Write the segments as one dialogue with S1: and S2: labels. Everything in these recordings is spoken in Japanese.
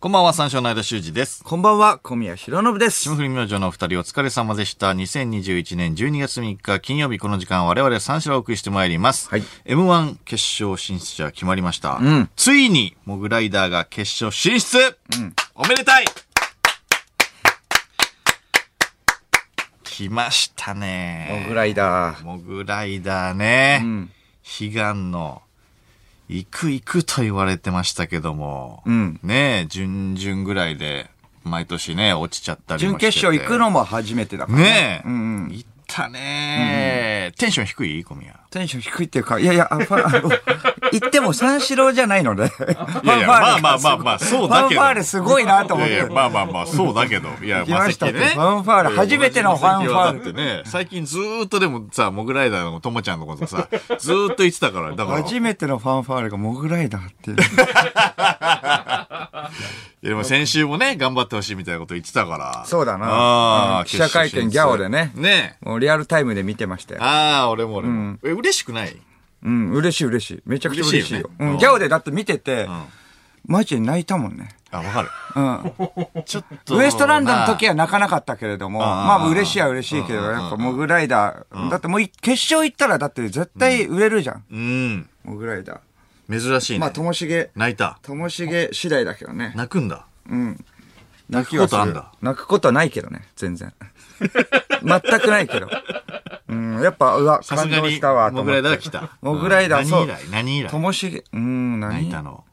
S1: こんばんは、三章の間修二です。
S2: こんばんは、小宮浩信です
S1: 霜。降り明星のお二人お疲れ様でした。2021年12月3日金曜日この時間我々三章をお送りしてまいります。
S2: はい
S1: M1 決勝進出者決まりました。
S2: ん
S1: ついに、モグライダーが決勝進出、おめでたい来ましたね。
S2: モグライダー。
S1: モグライダーね。
S2: ん
S1: 悲願の、行く行くと言われてましたけども。
S2: うん
S1: ねえ、準々ぐらいで、毎年ね、落ちちゃったりもし
S2: 準
S1: てて
S2: 決勝行くのも初めてだからね。
S1: ねえ。
S2: うんうん
S1: 行ったねえ、テンション低い小宮。
S2: テンション低いっていうか、いやいや、あファンあの 行っても三四郎じゃないので。い
S1: いやまあまあまあまあそうだけど
S2: ファンファーレすごいなと
S1: い
S2: 思っ
S1: やい
S2: て
S1: や、。まあまあまあ、そうだけど。いや、
S2: 行きましたってファンファーレ
S1: いや
S2: 初めてのファンファーレ
S1: だってね、最近ずーっとでもさ、モグライダーのともちゃんのことさ、ずーっと言ってたから、だから。
S2: 初めてのファンファーレがモグライダ ーっていう。
S1: いやでも先週もね、頑張ってほしいみたいなこと言ってたから。
S2: そうだな
S1: ああ、
S2: うん記者会見ギャオでね
S1: ねえ。
S2: もうリアルタイムで見てましたよ。
S1: ああ、俺も俺も。え、嬉しくない
S2: うん、嬉しい嬉しい。めちゃくちゃ嬉しいよ。
S1: 嬉しいよね
S2: う、
S1: うんん
S2: ギャオでだって見てて、マジで泣いたもんね。
S1: あ、わか る。
S2: うん。
S1: ちょっと。
S2: ウエストランドの時
S1: は。
S2: は泣かなかったけれども、
S1: ん
S2: まあ嬉しいは嬉しいけど、
S1: うん
S2: やっぱモグライダー、だってもうい決勝行ったらだって絶対売れるじゃん、
S1: うん。
S2: モグライダ
S1: 珍しい
S2: ー。まあ
S1: ね。
S2: ともしげ、
S1: 泣いた。
S2: ともしげ次第だけどね。
S1: 泣くんだ。
S2: 泣
S1: くことあんだ
S2: 泣くことはないけどね、全然。 全くないけど。うん、やっぱ、うわ、
S1: さす
S2: 感
S1: が
S2: 動
S1: に
S2: したわ、、と
S1: モ
S2: 思
S1: グ
S2: っ
S1: ライダー
S2: て
S1: が来た。
S2: モグライダー
S1: うん
S2: そう
S1: 何以来何以
S2: と
S1: 来
S2: もしげ、うん、何
S1: 泣い
S2: い
S1: たの。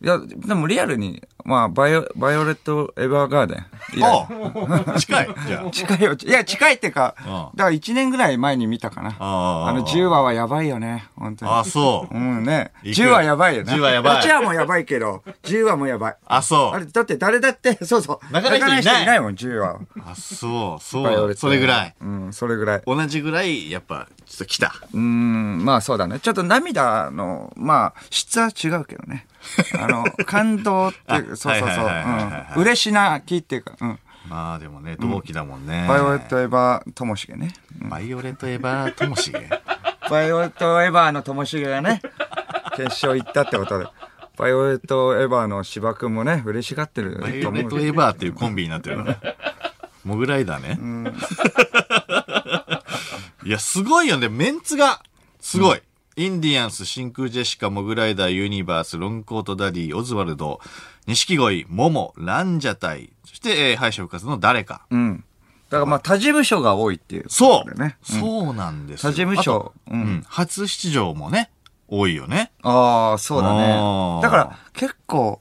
S2: や、でもリアルに、まあ、バイオ、バイオレット・エヴァーガーデン以来。
S1: おう近い。じゃあ。
S2: 近いよ。いや、近いってか、
S1: う
S2: だから1年ぐらい前に見たかな。
S1: ああ
S2: あの10話はやばいよね、本当に。
S1: あ、そう
S2: う。んね。
S1: 行く
S2: 10話やばいよね。
S1: 10話やばい
S2: 8話もやばいけど、10話もやばい。
S1: あ、そ
S2: あれ、
S1: う。
S2: だって誰だって、 そうそう。
S1: 泣かない人いない
S2: 泣いもん、10話は。
S1: あ、そう。
S2: バイオ
S1: そ
S2: レ
S1: う。
S2: ット
S1: それぐらい。
S2: うん、それぐらい。
S1: 同じぐらい、やっぱ、ちょっと来た。
S2: うん、まあそうだね。ちょっと涙の、まあ、質は違うけどね。あの、感動っていう、そうそうそう。
S1: はいはいはいはいはい
S2: うん嬉し泣きっていうか、うん。
S1: まあでもね、同期だもんね。
S2: バイオレット・エヴァともしげね。
S1: バイオレットエヴァーともし げ。
S2: バイオレット・エヴァーのともしげがね、決勝行ったってことで。バイオレット・エヴァーの芝君もね、嬉しがってる
S1: バイ
S2: と
S1: オレッ
S2: 思う
S1: ト
S2: け
S1: エ
S2: ど
S1: ヴァーっていうコンビになってるの ね。モグライダーね。 いや、すごいよね。メンツが、すごい。インディアンス、真空ジェシカ、モグライダー、ユニバース、ロングコートダディ、オズワルド、錦鯉、モモ、ランジャタイ、そして、えー敗者復活の誰か。
S2: うん。だからまあ、他事務所が多いっていう。
S1: そう、
S2: ね。
S1: そうなんですよ。
S2: 他事務
S1: あと
S2: 所。う。
S1: うんん。初出場もね、多いよね。
S2: ああ、そうだ
S1: あ
S2: ね
S1: ー。
S2: だから、結構、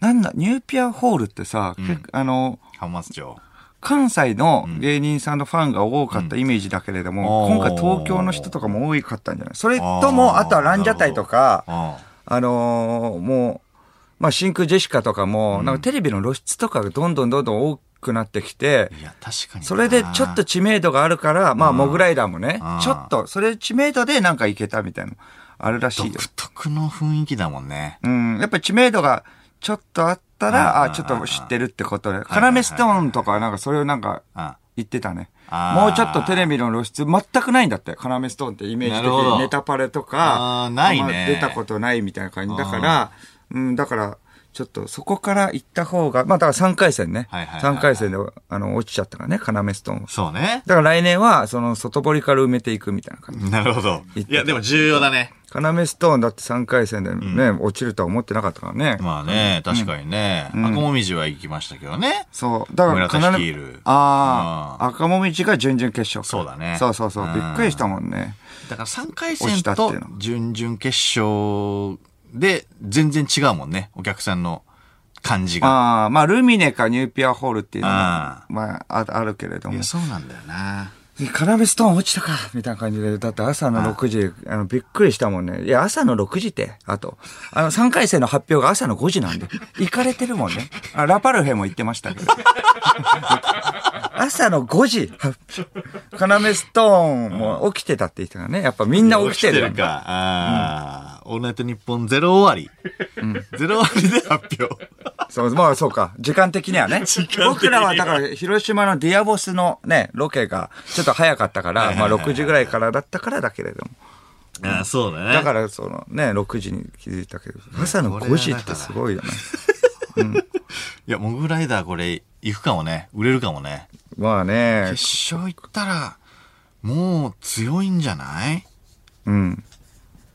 S2: なんだ、ニューピアホールってさ、結構あの、
S1: 浜松町。
S2: 関西の芸人さんのファンが多かったイメージだけれども、
S1: うん
S2: 今回東京の人とかも多かったんじゃないそれとも、
S1: あー
S2: あとはランジャタイとか、
S1: あ
S2: あのーもう、まあ、真空ジェシカとかも、なんかテレビの露出とかがどんどんどんどん多くなってきて
S1: あ。、いや、確かにな。
S2: それでちょっと知名度があるから、まあ、モグライダーもね
S1: あー、
S2: ちょっと、それ知名度でなんかいけたみたいな、あるらしいよ
S1: 独。特の雰囲気だもんね。
S2: うん、やっぱ知名度がちょっとあったら、
S1: あー
S2: あーちょっと知ってるってことで、
S1: い
S2: カラメストーンとかなんかそれをなんか
S1: あ
S2: 言ってたね。
S1: あー
S2: もうちょっとテレビの露出全くないんだって、カラメストーンってイメージ
S1: な
S2: 的
S1: るほど
S2: にネタパレとか、
S1: あーないね
S2: あんま出たことないみたいな感じ。だから、うん、だから、ちょっとそこから行った方が、まあだから3回戦ね。
S1: はいはいはいはい
S2: 3回戦で、あの、落ちちゃったからね、カラメストーンは。
S1: そうね。
S2: だから来年は、その外堀から埋めていくみたいな感じ。
S1: なるほど。
S2: 言
S1: い
S2: ってた
S1: や、でも重要だね。
S2: カラメストーンだって3回戦でね、落ちるとは思ってなかったからね。
S1: まあね、確かにね。赤もみじは行きましたけどね。
S2: そう。だから、
S1: 村田率いる
S2: 必ずああ、赤もみじが準々決勝か。
S1: そうだね
S2: そうそうそう
S1: う。ん
S2: びっくりしたもんね。
S1: だから3回
S2: 落
S1: 戦
S2: ちたってい
S1: と
S2: うの
S1: 準々決勝で全然違うもんね。お客さんの感じが。
S2: ああ、まあ、ルミネかニューピアホールっていうの
S1: あ
S2: が、まあ、ああるけれど
S1: い
S2: も
S1: や、。そうなんだよな。
S2: カラメストーン落ちたかみたいな感じで、だって朝の6時、あの、びっくりしたもんね。いや、朝の6時って、あと。あの、3回戦の発表が朝の5時なん で、行かれてるもんね。あラパルフェも言ってましたけ ど。朝の5時発表、カラメストーンも起きてたって言ってたからね。やっぱみんな起きてるよね。
S1: か。ああ。オールナイトニッポンゼロ終わり。ゼロ終わりで発表。
S2: そう、まあそうか。 時間的にはね。
S1: 的には
S2: 僕らはだから、広島のディアボスのね、ロケが、ちょっと早かったから、まあ6時ぐらいからだったからだけれども。
S1: ああ、そうだね。
S2: だから、そのね、6時に気づいたけど、朝の
S1: これは
S2: 5時ってすごいよね。
S1: いや、モグライダーこれ、行くかもね。売れるかもね。
S2: まあね、
S1: 決勝行ったら、もう強いんじゃない
S2: うん。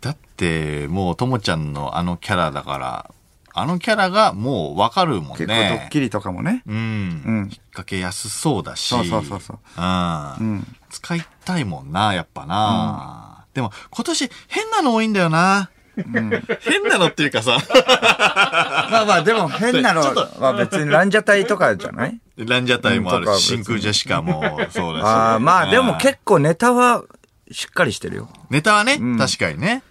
S1: だって、もうともちゃんのあのキャラだから、あのキャラがもうわかるもん
S2: 結構ドッ
S1: ね。
S2: キリとかもね。
S1: うん。
S2: うん
S1: 引っ掛けやすそうだし。
S2: そうそうそうそう
S1: うん。
S2: うん
S1: 使いたいもんな、やっぱな。でも、今年変なの多いんだよな。 変なのっていうかさ、
S2: まあまあ、でも変なのは別にランジャタイとかじゃない
S1: ランジャタイもある
S2: うんとか
S1: し、真空ジェシカもそうだし。
S2: ああ、まあで
S1: う
S2: も
S1: ん
S2: 結構ネタはしっかりしてるよ。
S1: ネタはね、
S2: ん
S1: 確かにね。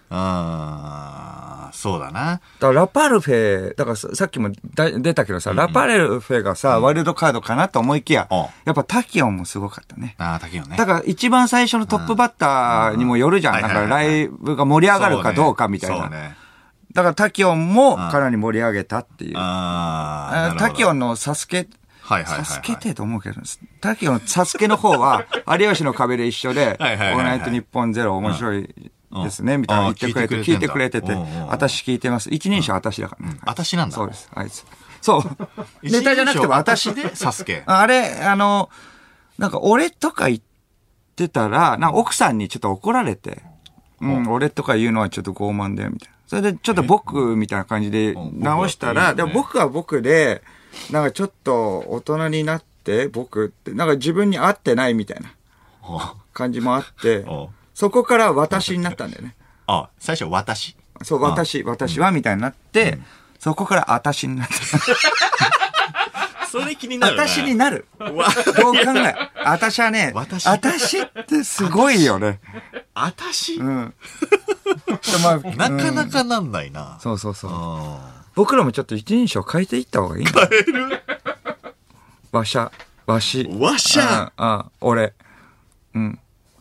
S1: うん。そうだな。
S2: だからラパルフェ、だからささっきもだ出たけどさ、ラパルフェがさ、ワイルドカードかなと思いきや
S1: うん、
S2: やっぱタキオンもすごかったね。
S1: ああ、竹雄ね。
S2: だから一番最初のトップバッターにもよるじゃ
S1: うん
S2: ん。だから
S1: はいはいはい
S2: ライブが盛り上がるかどうかみたい
S1: そう
S2: な。
S1: ね。
S2: だからタキオンもかなり盛り上げたっていう。
S1: あ
S2: あ
S1: あ。
S2: タキオ
S1: ン。
S2: ンのサスケ、
S1: はいはいはいはい
S2: サスケってと思うけど、タキオン、サスケの方は、有吉の壁で一緒で、オ
S1: はいはいはいはい
S2: ールナイト日本ゼロ面白いですね、
S1: うん
S2: みたいな
S1: あ
S2: 言
S1: ー
S2: ってくれて、
S1: 聞
S2: 聞
S1: い
S2: い
S1: て
S2: て
S1: く
S2: く
S1: れ
S2: れ
S1: て
S2: て
S1: ん
S2: て
S1: だうんうんうん、
S2: 私聞いてます。一人称私だからね。はい
S1: 私なんだ
S2: そうです、あいつ。 そう。ネタじゃなくても私
S1: 一人称私でサス ケ
S2: あれ、あの、なんか俺とか言ってたら、なんか奥さんにちょっと怒られて、うん、俺とか言うのはちょっと傲慢だよ、みたいな。それでちょっと僕みたいな感じで
S1: うん
S2: 直した
S1: 僕
S2: ら、で
S1: は
S2: も僕は僕で、なんかちょっと大人になって、僕って、なんか自分に合ってないみたいな
S1: あ
S2: 感じもあって
S1: おう、
S2: そこから私になったんだよね。
S1: あ、最初私。
S2: そう、私、私はみたいになって、そこから私になった。
S1: それ気になるな。
S2: 私になる。どう考え。私はね、
S1: 私
S2: 私ってすごいよね。
S1: 私
S2: うん。まあ
S1: なか
S2: うん
S1: なかなんないな。
S2: そうそうそう。
S1: あ
S2: 僕らもちょっと一人称変えていった方がいい変えるわしゃ、わし。
S1: ーわしゃ、
S2: うん、うん、俺。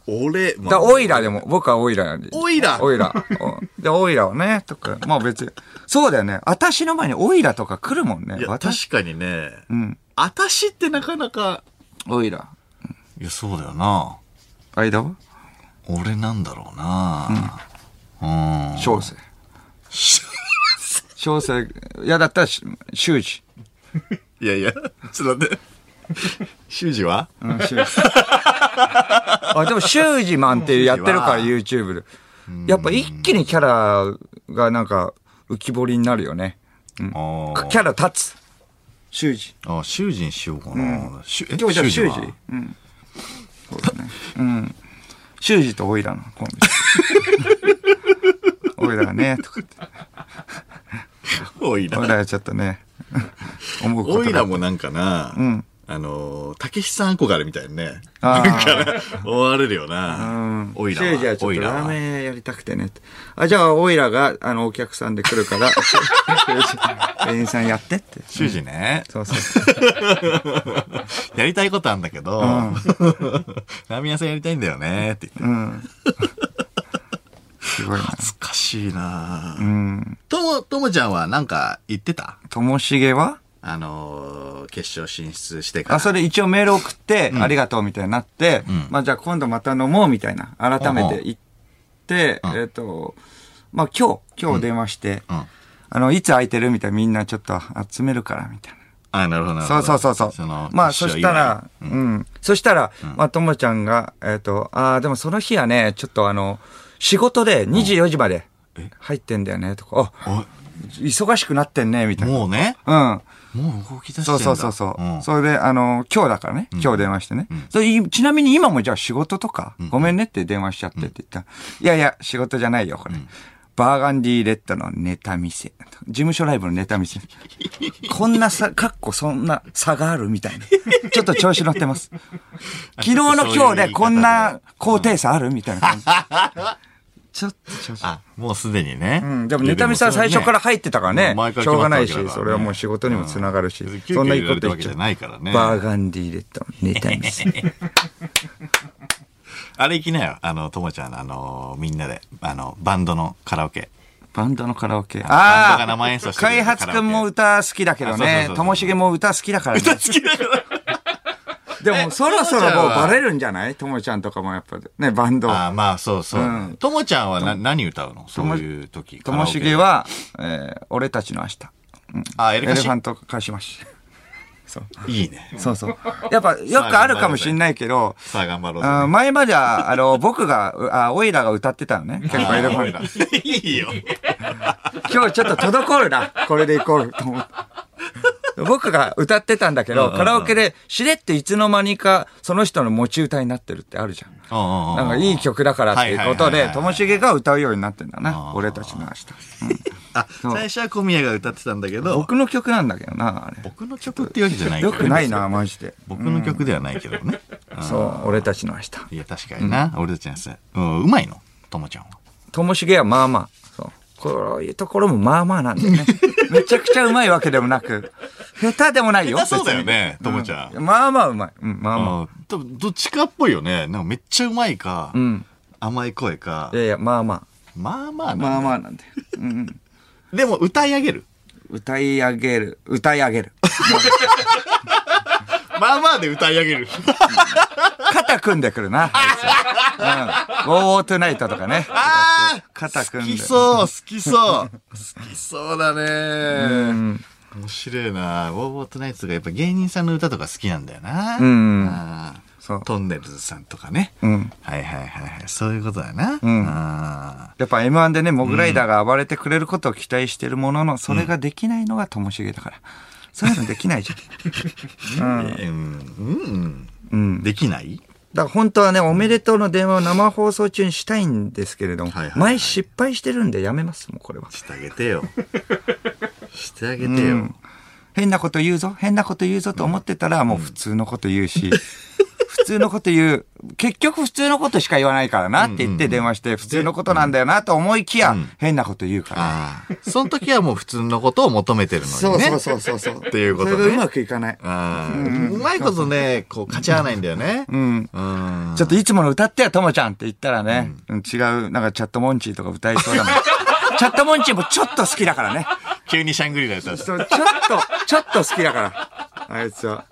S1: 俺、まあ
S2: だ、オイラでも、僕はオイラなんで。
S1: オイラ
S2: オイラ。おで、オイラをね、とか、まあ別に。そうだよね。私の前にオイラとか来るもんね
S1: い。や、
S2: 私、
S1: 確かにね、
S2: うん。
S1: 私ってなかなか。
S2: オイラ。
S1: いや、そうだよな。
S2: 間は
S1: 俺なんだろうな。うん。
S2: 小生。小生、いやだったらし、修士。
S1: いやいや、ちょっと待って。修二は
S2: うん、修士。 あ、でも、修士マンってやってるから、YouTube で。やっぱ一気にキャラがなんか、浮き彫りになるよね。
S1: あー
S2: キャラ立つ。修士。
S1: あ、囚人しようかな。しゅえ
S2: 今日じゃあ
S1: 囚
S2: 修
S1: は
S2: 士うん。そうだね。うん。修士とオイラのコンビ。 オイラがね、とかって。
S1: おい
S2: オイ
S1: ら。
S2: ラがちょっと ね、思うことが
S1: おいらもなんかな、
S2: ん
S1: あのー、たけしさん憧れみたいなね。
S2: あー
S1: 思われるよ
S2: う。。
S1: なんおいら
S2: シェイジは
S1: は。
S2: ちょ
S1: お
S2: っ
S1: い
S2: と
S1: ら
S2: ラー
S1: は。
S2: メン屋やりたくてねって。あ、じゃあ、オイラが、あの、お客さんで来るから、店員さんやってって。
S1: 修二ね。
S2: そうそう。
S1: やりたいことあんだけど、 ラーメン屋さんやりたいんだよねって言って。
S2: うん。すごいな。
S1: 懐かしいな
S2: う
S1: ぁ
S2: ん。
S1: とも、ともちゃんはなんか言ってた
S2: ともしげは
S1: あのー、決勝進出してから。
S2: あ、それ一応メール送って、ありがとうみたいになって、まあじゃあ今度また飲もうみたいな、改めて行って、
S1: うんうん
S2: えっと、まあ今日、今日電話して、
S1: うん。
S2: あの、いつ空いてるみたいな、みんなちょっと集めるから、みたいな。
S1: あ、なるほど、なるほ
S2: そう
S1: ど。
S2: そうそうそう。
S1: の
S2: まあ、そしたら、
S1: う
S2: うんん、そしたら、まあ、ともちゃんが、えっ、と、ああ、でもその日はね、ちょっとあの、仕事で24時まで
S1: え
S2: 入ってんだよね、とか、あ、
S1: おい
S2: 忙しくなってんね、みたい
S1: もうね、
S2: な。うん。
S1: もう動き出して
S2: そ
S1: ん
S2: う
S1: だ
S2: そうそうそう、
S1: ん
S2: それで、あの、今日だからね、今日電話してね。それいちなみに今もじゃあ仕事とか、ごめんねって電話しちゃってって言ったら、いやいや、仕事じゃないよ、これ。バーガンディーレッドのネタ見せ。事務所ライブのネタ 見せ。こんなさ、かっこそんな差があるみたいな。ちょっと調子乗って ます。昨日の今日でこんな高低差あるみたいな感じ。ちょっと調子
S1: あ、もうすでにね。
S2: うん、でもネタ見せは最初から入ってたからね
S1: もう毎。回
S2: しょうがないし
S1: 決まったわけだからね、
S2: それはもう仕事にもつながるし
S1: うん別、に
S2: そんな
S1: 急
S2: いい
S1: 遽入れ
S2: こと
S1: る
S2: 言
S1: わ
S2: っ
S1: け
S2: ち
S1: じ
S2: ゃ
S1: ゃ
S2: う。
S1: ないからね
S2: バーガンディーレッドのネタ見せ。
S1: あれ行きなよ。あの、ともちゃんの、あのーみんなで、あの、バンドのカラオケ。
S2: バンドのカラオケ。
S1: バンドが
S2: あ
S1: 生演奏
S2: あ
S1: してくれる
S2: 開発くんも歌好きだけど
S1: あそうそうそう
S2: ね
S1: そう。
S2: ともしげも歌好きだからね。
S1: きだから。
S2: でもそろそろ
S1: ともちゃん
S2: もう
S1: は
S2: バレるんじゃないともちゃんとかもやっぱね、バンド。
S1: あーまあ、そうそう
S2: うん。
S1: ともちゃんはな何歌うのそういう時。
S2: ともし
S1: カ
S2: げ
S1: ラオケ。
S2: は、えー俺たちの明日。
S1: あ、エ
S2: エ
S1: レ
S2: レ
S1: カ
S2: フ
S1: シ
S2: ァント化しまし。そう。
S1: いいね。
S2: そうそう。やっぱ、よくあるかもしんないけど、
S1: さあ、頑張ろう
S2: あー
S1: ぜ。
S2: 前までは、あの、僕が、あ、オイラが歌ってた のね。結構いろいろ
S1: あーいいよ。
S2: 今日ちょっと滞るな。これで行こうと思って。僕が歌ってたんだけ
S1: うんう
S2: ど、
S1: んうん
S2: カラオケでしれっていつの間にかその人の持ち歌になってるってあるじゃん。な
S1: なん
S2: かいい。曲だからっていうこと
S1: はいはいはい
S2: で
S1: は、い
S2: ともしげが歌うようになってんだ
S1: あ
S2: な。
S1: ー
S2: 俺たちの明日。
S1: あ、最初は小宮が歌ってたんだけど、
S2: 僕の曲なんだけどな、あれ。
S1: 僕の曲っていうわけじゃないけ
S2: よ
S1: ど
S2: くないな、マジで。
S1: 僕の曲ではないけどね。
S2: そう、俺たちの明日。
S1: いや、確かにな。俺たちのやつ。うん、うまいのともちゃんは。
S2: ともしげはまあまあ。そう。こういうところもまあまあなんだ よね。めちゃくちゃうまいわけでもなく、下手でもないよ。
S1: 下手そうだよねともちゃん
S2: うまあまあうまい。うん、まあまあ。
S1: あー多分どっちかっぽいよね。なんかめっちゃうまいか、
S2: ん
S1: 甘い声か
S2: い、やいや、まあま
S1: まあまあ
S2: あ。
S1: な
S2: まあまあなんだよ。うんうん。
S1: でも歌い上げる。
S2: 歌い上げる。歌い上げる。
S1: まあまあで歌い上げる。
S2: 肩組んでくるな。うん。ウォーウォートゥナイトとかね。
S1: ああ
S2: 肩
S1: 好
S2: 組んで。
S1: きそう、好き そう。好きそうだ
S2: う
S1: ね。
S2: ん。
S1: 面白いな。ウォーウォートナイツがやっぱ芸人さんの歌とか好きなんだよな。
S2: うん
S1: あー
S2: そう
S1: トンネルズさんとかね。
S2: うん。
S1: はいはいはいはい。そういうことだな。
S2: ん
S1: あ
S2: やっぱ M1 でね、モグライダーが暴れてくれることを期待してるものの、それができないのがともしげだから。そういうのできないじゃん。うん。
S1: ーうん。
S2: う
S1: うん
S2: ん。
S1: できない
S2: だから本当はね、おめでとうの電話を生放送中にしたいんですけれども、
S1: はいはいはい
S2: 前失敗してるんでやめます、もうこれは。
S1: してあげて よ。してあげ
S2: う
S1: てよ。
S2: ん変なこと言うぞ、変なこと言うぞと思ってたら、もう普通のこと言うし、 普通のこと言う、結局普通のことしか言わないからなって言って電話して、普通のことなんだよなと思いきや、変なこと言うから。
S1: ああ。その時はもう普通のことを求めてるのにね。
S2: そうそうそう。
S1: っていうことね
S2: それがうまくいかない。
S1: あーうまいことね、こう、勝ち合わないんだよね。
S2: うん。
S1: うん。
S2: ちょっといつもの歌ってよ、ともちゃんって言ったらね、うん違う、なんかチャットモンチーとか歌いそう だもん。チャットモンチーもちょっと好きだからね。
S1: 急にシャングリラやったら
S2: そう、ちょっと、ちょっと好きだから。あいつは。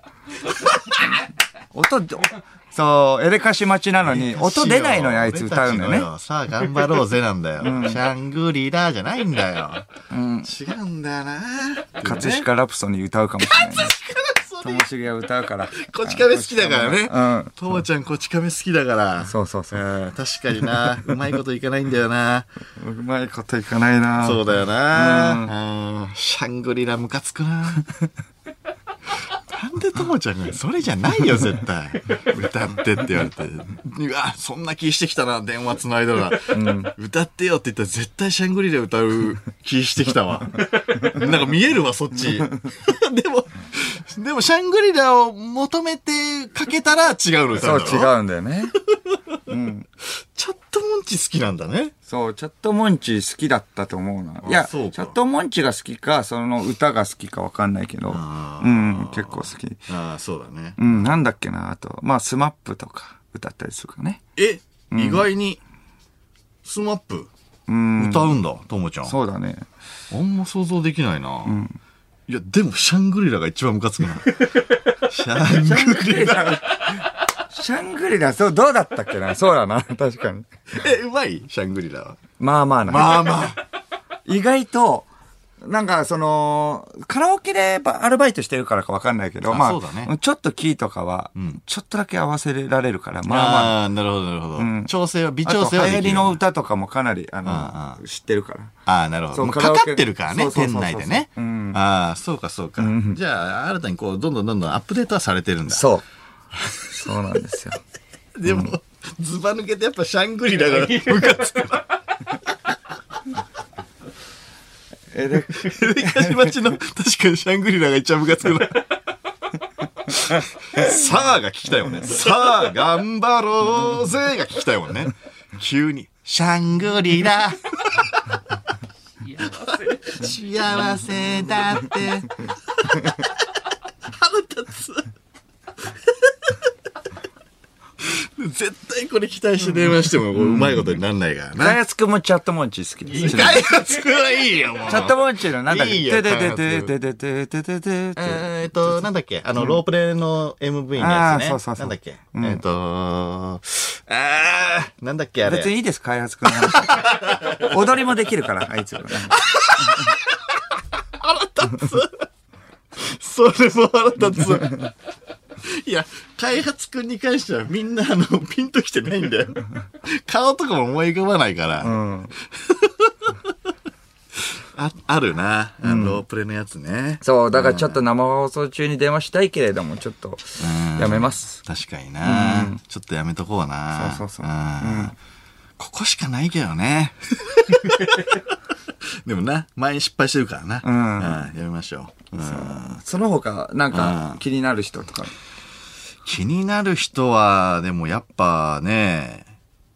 S2: 音、そう、エレカシ待ちなのに、音出ないのにあいつ歌うんだよ
S1: 俺たち
S2: ね。
S1: のさあ、頑張ろうぜなんだよ。シャングリラじゃないんだよ。違うんだよな。
S2: 葛飾ラプソに歌うかもしれないね。ともしげが歌うから。
S1: こち亀好きだからね。
S2: うん。
S1: ともちゃんこち亀好きだから。
S2: そうそうそう。
S1: うん確かにな。うまいこといかないんだよな。
S2: うまいこといかないな
S1: そう
S2: だ。
S1: だよな。うんシャングリラムカつくな。なんでともちゃんが、それじゃないよ、絶対。歌ってって言われて。うわ、そんな気してきたな、電話つないだら。歌ってよって言ったら絶対シャングリラ歌う気してきたわ。なんか見えるわ、そっち。でも、でもシャングリラを求めてかけたら違うの歌
S2: そうう、
S1: んだろ
S2: 違うんだよね。
S1: チャットモンチ好きなんだね。
S2: そう、チャットモンチー好きだったと思うな。いや、チ
S1: そ
S2: ャ
S1: うか
S2: ットモンチーが好きか、その歌が好きかわかんないけど、
S1: あ
S2: うん、結構好き。
S1: ああ、そうだね。
S2: うん、なんだっけな、あと、まあ、スマップとか歌ったりするかね。
S1: え、意外に、スマップ、
S2: うん。
S1: 歌うんだ、ともちゃん。
S2: そう だね。
S1: あんま想像できないな。いや、でも、シャングリラが一番ムカ つくな。シャングリラ。
S2: シャングリラ、そう、どうだったっけなそうだな、確かに。
S1: え、うまいシャングリラは。
S2: まあまあな。
S1: まあまあ。
S2: 意外と、なんか、その、カラオケでばアルバイトしてるからかわかんないけど、
S1: あ
S2: ま
S1: そうだね
S2: あ、ちょっとキーとかは、ちょっとだけ合わせられるから、まあまあ。
S1: ああ、なるほど、なるほど。調整は、微
S2: あと、
S1: 調整は
S2: 流
S1: で
S2: 行
S1: きる
S2: りの歌とかもかなり、
S1: あ
S2: あの、知ってるから。
S1: ああ、なるほ
S2: そ
S1: ど。
S2: う
S1: もう
S2: カ
S1: か
S2: ラオケ
S1: かってるからね、
S2: そうそう
S1: 店
S2: そうそう
S1: 内でね。
S2: うん
S1: ああ、そうか、そうか。じゃあ、新たにこう、どんどんどんどんアップデートはされてるんだ。
S2: そう。 そうなんですよ。
S1: でも、ずば抜けてやっぱシャングリラがムカつく。
S2: え、で、
S1: エレカシマチの、確かにシャングリラが一番ムカつくな。 さあが聞きたいもんね。さあ、頑張ろうぜが聞きたいもんね。急に。シャングリラ。幸せだって。腹立つ。 絶対これ期待して電話しても、うまいことになんないから
S2: ガ
S1: な。
S2: ヤツくんもチャットモンチー好きです。
S1: ガイアツはいいよ、もう。
S2: チャットモンチーのなんだっ
S1: いい
S2: け
S1: よ
S2: てててててててててて
S1: えっと、なんだっけあの、ロープレの MV のやつね。
S2: あーそうそうそ
S1: な
S2: う
S1: んだっけえっと、あー、なんだっけあれ。
S2: 別にいいです、開発くんの話。 踊りもできるから、あいつら。
S1: それも腹立 つ。いや、開発くんに関してはみんなあの、ピンときてないんだよ。顔とかも思い浮かばないから。
S2: うん。
S1: あ、あるな。あの、ロープレのやつね。
S2: そう、だからちょっと生放送中に電話したいけれども、ちょっと
S1: うん
S2: やめます。
S1: 確かにな、ちょっとやめとこうな
S2: そうそうそうん
S1: ここしかないけど ねでもな前に失敗してるからな、
S2: うん
S1: うんやめましょう、うん
S2: その他、なん
S1: う
S2: か
S1: ん
S2: 気になる人とか。
S1: 気になる人はでもやっぱね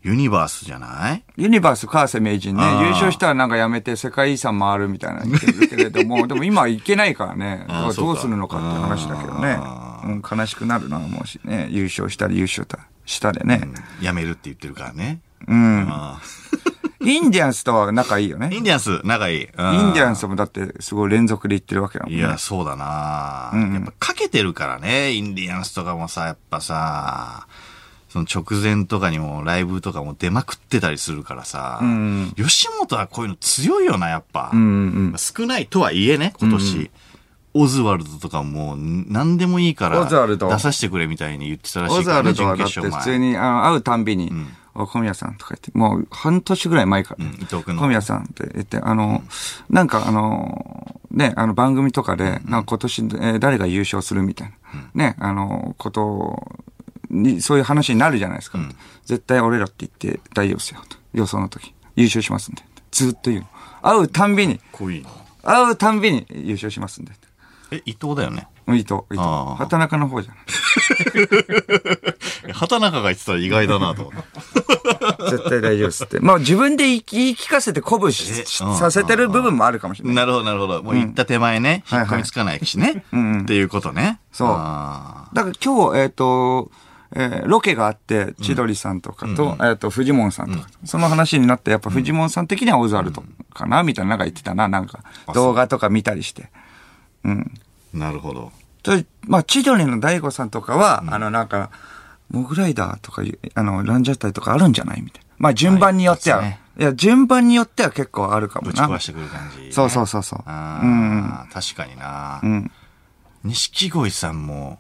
S1: ユニバースじゃない
S2: ユニバース、川瀬名人ね
S1: あー、
S2: 優勝したらなんかやめて世界遺産回るみたいなの言ってるけれど も、でも今行けないからね、
S1: あー
S2: どうするのかって話だけどね
S1: あ。
S2: うん、悲しくなるな、もしね、優勝したり優勝したでね。
S1: やめるって言ってるからね、
S2: うん。
S1: あー
S2: インディアンスとは仲いいよね。イ
S1: イ
S2: ン
S1: ンディアンス仲いい、インデ
S2: ディアンスもだってすごい連続で行ってるわけだもん
S1: い
S2: ね
S1: や、。そうだな、
S2: うん
S1: やっぱかけてるからね、インディアンスとかもさ、やっぱさ、その直前とかにもライブとかも出まくってたりするからさ、
S2: うん
S1: 吉本はこういうの強いよな、やっぱ。
S2: うんうん
S1: まあ少ないとはいえね、今年。オズワルドとかも、ん何でもいいから、
S2: オズワルド
S1: 出させてくれみたいに言ってたらし
S2: オ
S1: いか
S2: ズ
S1: ら、
S2: ワ
S1: ね、
S2: ルドはだって
S1: 準決
S2: 普
S1: 勝
S2: 通
S1: 前。
S2: にあの会うたんびに、
S1: ん
S2: お小宮さんとか言って、もう半年ぐらい前から、
S1: うん伊藤君の
S2: 小宮さんって言って、あの、なんかあの、ね、あの番組とかで、なんか今年、えー誰が優勝するみたいな、ね、あの、ことに、そういう話になるじゃないですか。絶対俺らって言って大丈夫ですよ、と。予想の時。優勝しますんで。ずっと言うの。会うたんびに、
S1: こういうの
S2: 会うたんびに優勝しますんで。
S1: え、伊藤だよね。
S2: 伊藤、伊藤。
S1: あー
S2: 畑中の方じゃない。
S1: え畑中が言ってたら意外だなと思って。
S2: 絶対大丈夫ですって。まあ自分で言い言い聞かせて鼓舞
S1: え
S2: しし
S1: うん
S2: させてる部分もあるかもしれない。
S1: なるほど、なるほど。もう行った手前ね、
S2: うん
S1: 引っ込みつかないしね。
S2: んうん
S1: っていうことね。
S2: そう
S1: あ
S2: だから今日、えっ、と、えーロケがあって、千鳥さんとかと、えっ、と、フジモンさんとか、その話になって、やっぱフジモンさん的にはオズワルドかな、みたいななんか言ってたな、なんか
S1: あ、そう
S2: 動画とか見たりして。うん。
S1: ーなるほど。
S2: と、まあ、千鳥の大悟さんとかは、あの、なんか、モグライダーとかいう、あの、ランジャタイとかあるんじゃないみたいな。まあ、順番によっては、
S1: はい
S2: い
S1: そうで
S2: や、順番によっては結構あるかも
S1: ぶち
S2: な。
S1: 壊してくる感じ。。
S2: そうそううそうそう。うん。
S1: ああ、確かにな
S2: う。ん。
S1: 錦鯉さんも、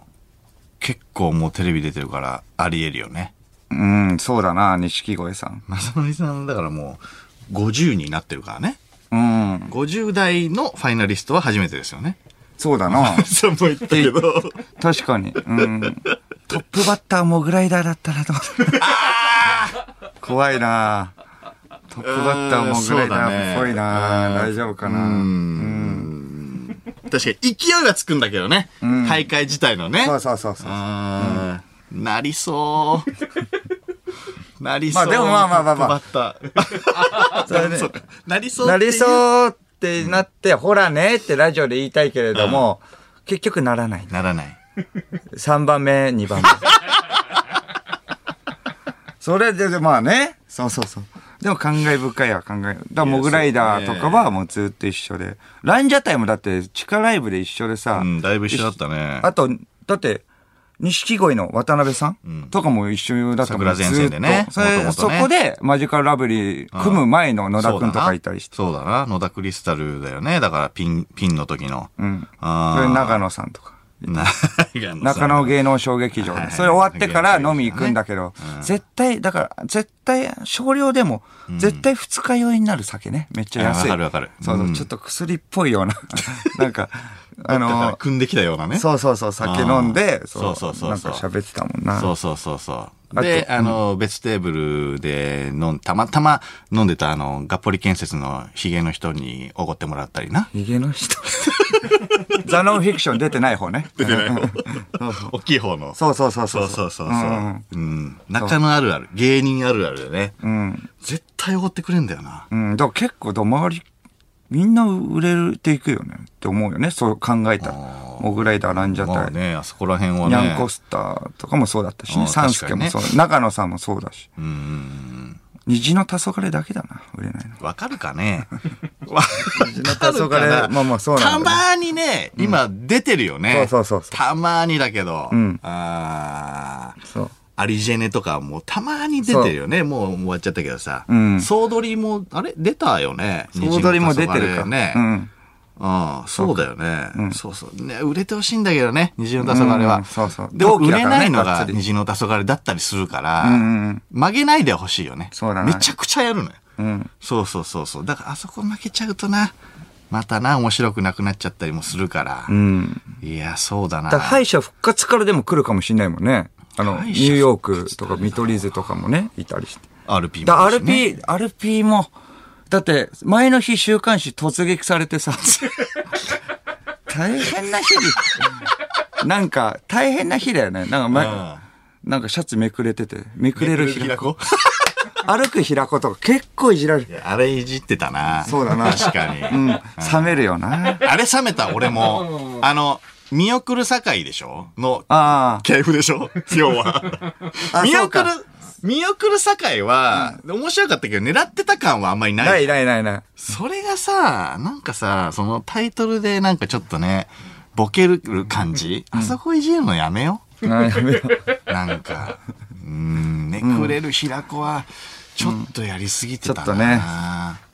S1: 結構もうテレビ出てるから、あり得るよね。
S2: うん、そうだな、錦鯉さん。
S1: まさのりさん、だからもう、50になってるからね。
S2: うん、
S1: 50代のファイナリストは初めてですよね。
S2: そうだ な。
S1: さんも言ったけ ど。
S2: 確かに。うん。トップバッターモグライダーだったらどう怖いなトップバッターモグライダーっぽい
S1: う
S2: な、
S1: んそうだね
S2: 大丈夫か
S1: う
S2: な、
S1: ん。確かに、勢いはつくんだけどね。
S2: ん
S1: 大会自体のね。
S2: そうそうそうそう。
S1: あーなりそう。なりそう。
S2: まあでもまあまあまあまあ
S1: トップバッタ
S2: それ
S1: ー。
S2: で
S1: そうなりそう。
S2: なりそうってなって、ほらねってラジオで言いたいけれども、結局ならない。
S1: う。ならない。
S2: 3番目、2番目。 それで、まあね。そうそうそう。でも感慨深いは考え。だからモグライダーとかはもうずっと一緒で。ランジャタイもだって地下ライブで一緒でさ、
S1: うん、だいぶ一緒だったね。
S2: あと、だって、錦鯉の渡辺さ
S1: うん
S2: んとかも一緒だったもん
S1: 桜前線でね
S2: ずっとそれ
S1: 元
S2: そ
S1: 々ね
S2: こでマジカルラブリー組む前の野田くんとかいたりして。
S1: そうだな。そうだな野田クリスタルだよね。だからピン、ピンの時の。
S2: うん。そ
S1: あ
S2: れ
S1: あ。
S2: 長野さんとか。
S1: な長野さん
S2: 中 野芸能小劇場
S1: はいは
S2: で。
S1: い
S2: それ終わってから飲み行くんだけど
S1: う、ん
S2: 絶対、だから、絶対、少量でも、絶対二日酔いになる酒ね。めっちゃ安い。
S1: あわかるわかる
S2: そうそうう、
S1: ん
S2: ちょっと薬っぽいよ うな。なんか、あ
S1: だから
S2: の、
S1: 組んできたようなね。
S2: そうそうそう、酒飲んで、
S1: そうそうそう
S2: なん
S1: そ
S2: か
S1: う
S2: 喋ってたもんな。
S1: そうそうそうそう。
S2: と
S1: で、あの、別テーブルで飲ん、たまたま飲んでたあの、がっぽり建設のヒゲの人におごってもらったりな。
S2: 逃げの人。 ザ・ノンフィクション出てない方ね。出てない方。
S1: 大きい方の。
S2: そうそうそうそ
S1: そう
S2: う。
S1: そうそうそう。
S2: うん
S1: うん。中野あるある。芸人あるあるだよね。
S2: うん。
S1: 絶対おごってくれんだよな。
S2: うん。だから結構、だ周り、みんな売れていくよねって思うよね。そう考えたら
S1: あ。
S2: モグライダー、ランジャ
S1: ま
S2: タ
S1: あ
S2: イ。
S1: ね、あそこら辺はね。
S2: ニャンコスターとかもそうだったし
S1: あー
S2: ね。サンスケもそう。中野さんもそうだし。
S1: うん。
S2: 虹の黄昏だけだな、売れないの。
S1: わかるか ねわ
S2: の
S1: か
S2: 黄
S1: る
S2: 昏
S1: かな
S2: まあまあそうなんだ
S1: た
S2: ね
S1: まにね、今出てるよね。
S2: そうそうそうそう
S1: たまにだけど。
S2: うん
S1: あー
S2: そう。
S1: アリジェネとかもたまに出てるよね。もう終わっちゃったけどさ。
S2: うん
S1: 総取りも、あれ出たよね。
S2: 総取りも出てるか。
S1: ね。
S2: うん。
S1: ああ、そうだよね。そうそう。ね、売れてほしいんだけどね、虹の黄昏
S2: う
S1: は
S2: ん。そうそう
S1: でも
S2: 同期
S1: 売
S2: だ
S1: れ
S2: からね
S1: ないの
S2: が
S1: が
S2: っつり
S1: 虹の黄昏だったりするから、
S2: うんうんうん
S1: 曲げないでほしいよね。
S2: そうだな
S1: めちゃくちゃやるのよ。
S2: うん。
S1: そうそうそうそう。だからあそこ負けちゃうとな、またな、面白くなくなっちゃったりもするから。
S2: うん。
S1: いや、そうだな。
S2: だから敗者復活からでも来るかもしれないもんね。あの、
S1: 敗者復
S2: ニ
S1: 活
S2: ューヨークとか見取り図とかもね、いたりして。
S1: RP
S2: だ
S1: もいるしね。
S2: RP、RP も、だって、前の日週刊誌突撃されて さ、大変な日に、なんか、大変な日だよね。なんか前、なんかシャツめくれてて、めくれる
S1: 平
S2: 平子。
S1: 子。
S2: 歩く平子とか結構いじられる。
S1: あれいじってたな。
S2: そうだな
S1: 確かに。
S2: うん、冷めるよな。
S1: あれ冷めた、俺も。あの、見送る堺でしょの
S2: ああ、
S1: 系譜でし ょ要は。
S2: あ
S1: 見
S2: そう
S1: 送
S2: か
S1: る、見送る堺は、面白かったけど、狙ってた感はあんまりない。
S2: ないないな いない。
S1: それがさ、なんかさ、そのタイトルでなんかちょっとね、ボケる感じ、あそこいじるのやめよ。
S2: あやめよう
S1: なんか、うーん、ねくれる平子は、ちょっとやりすぎてたな、
S2: うんちょっとね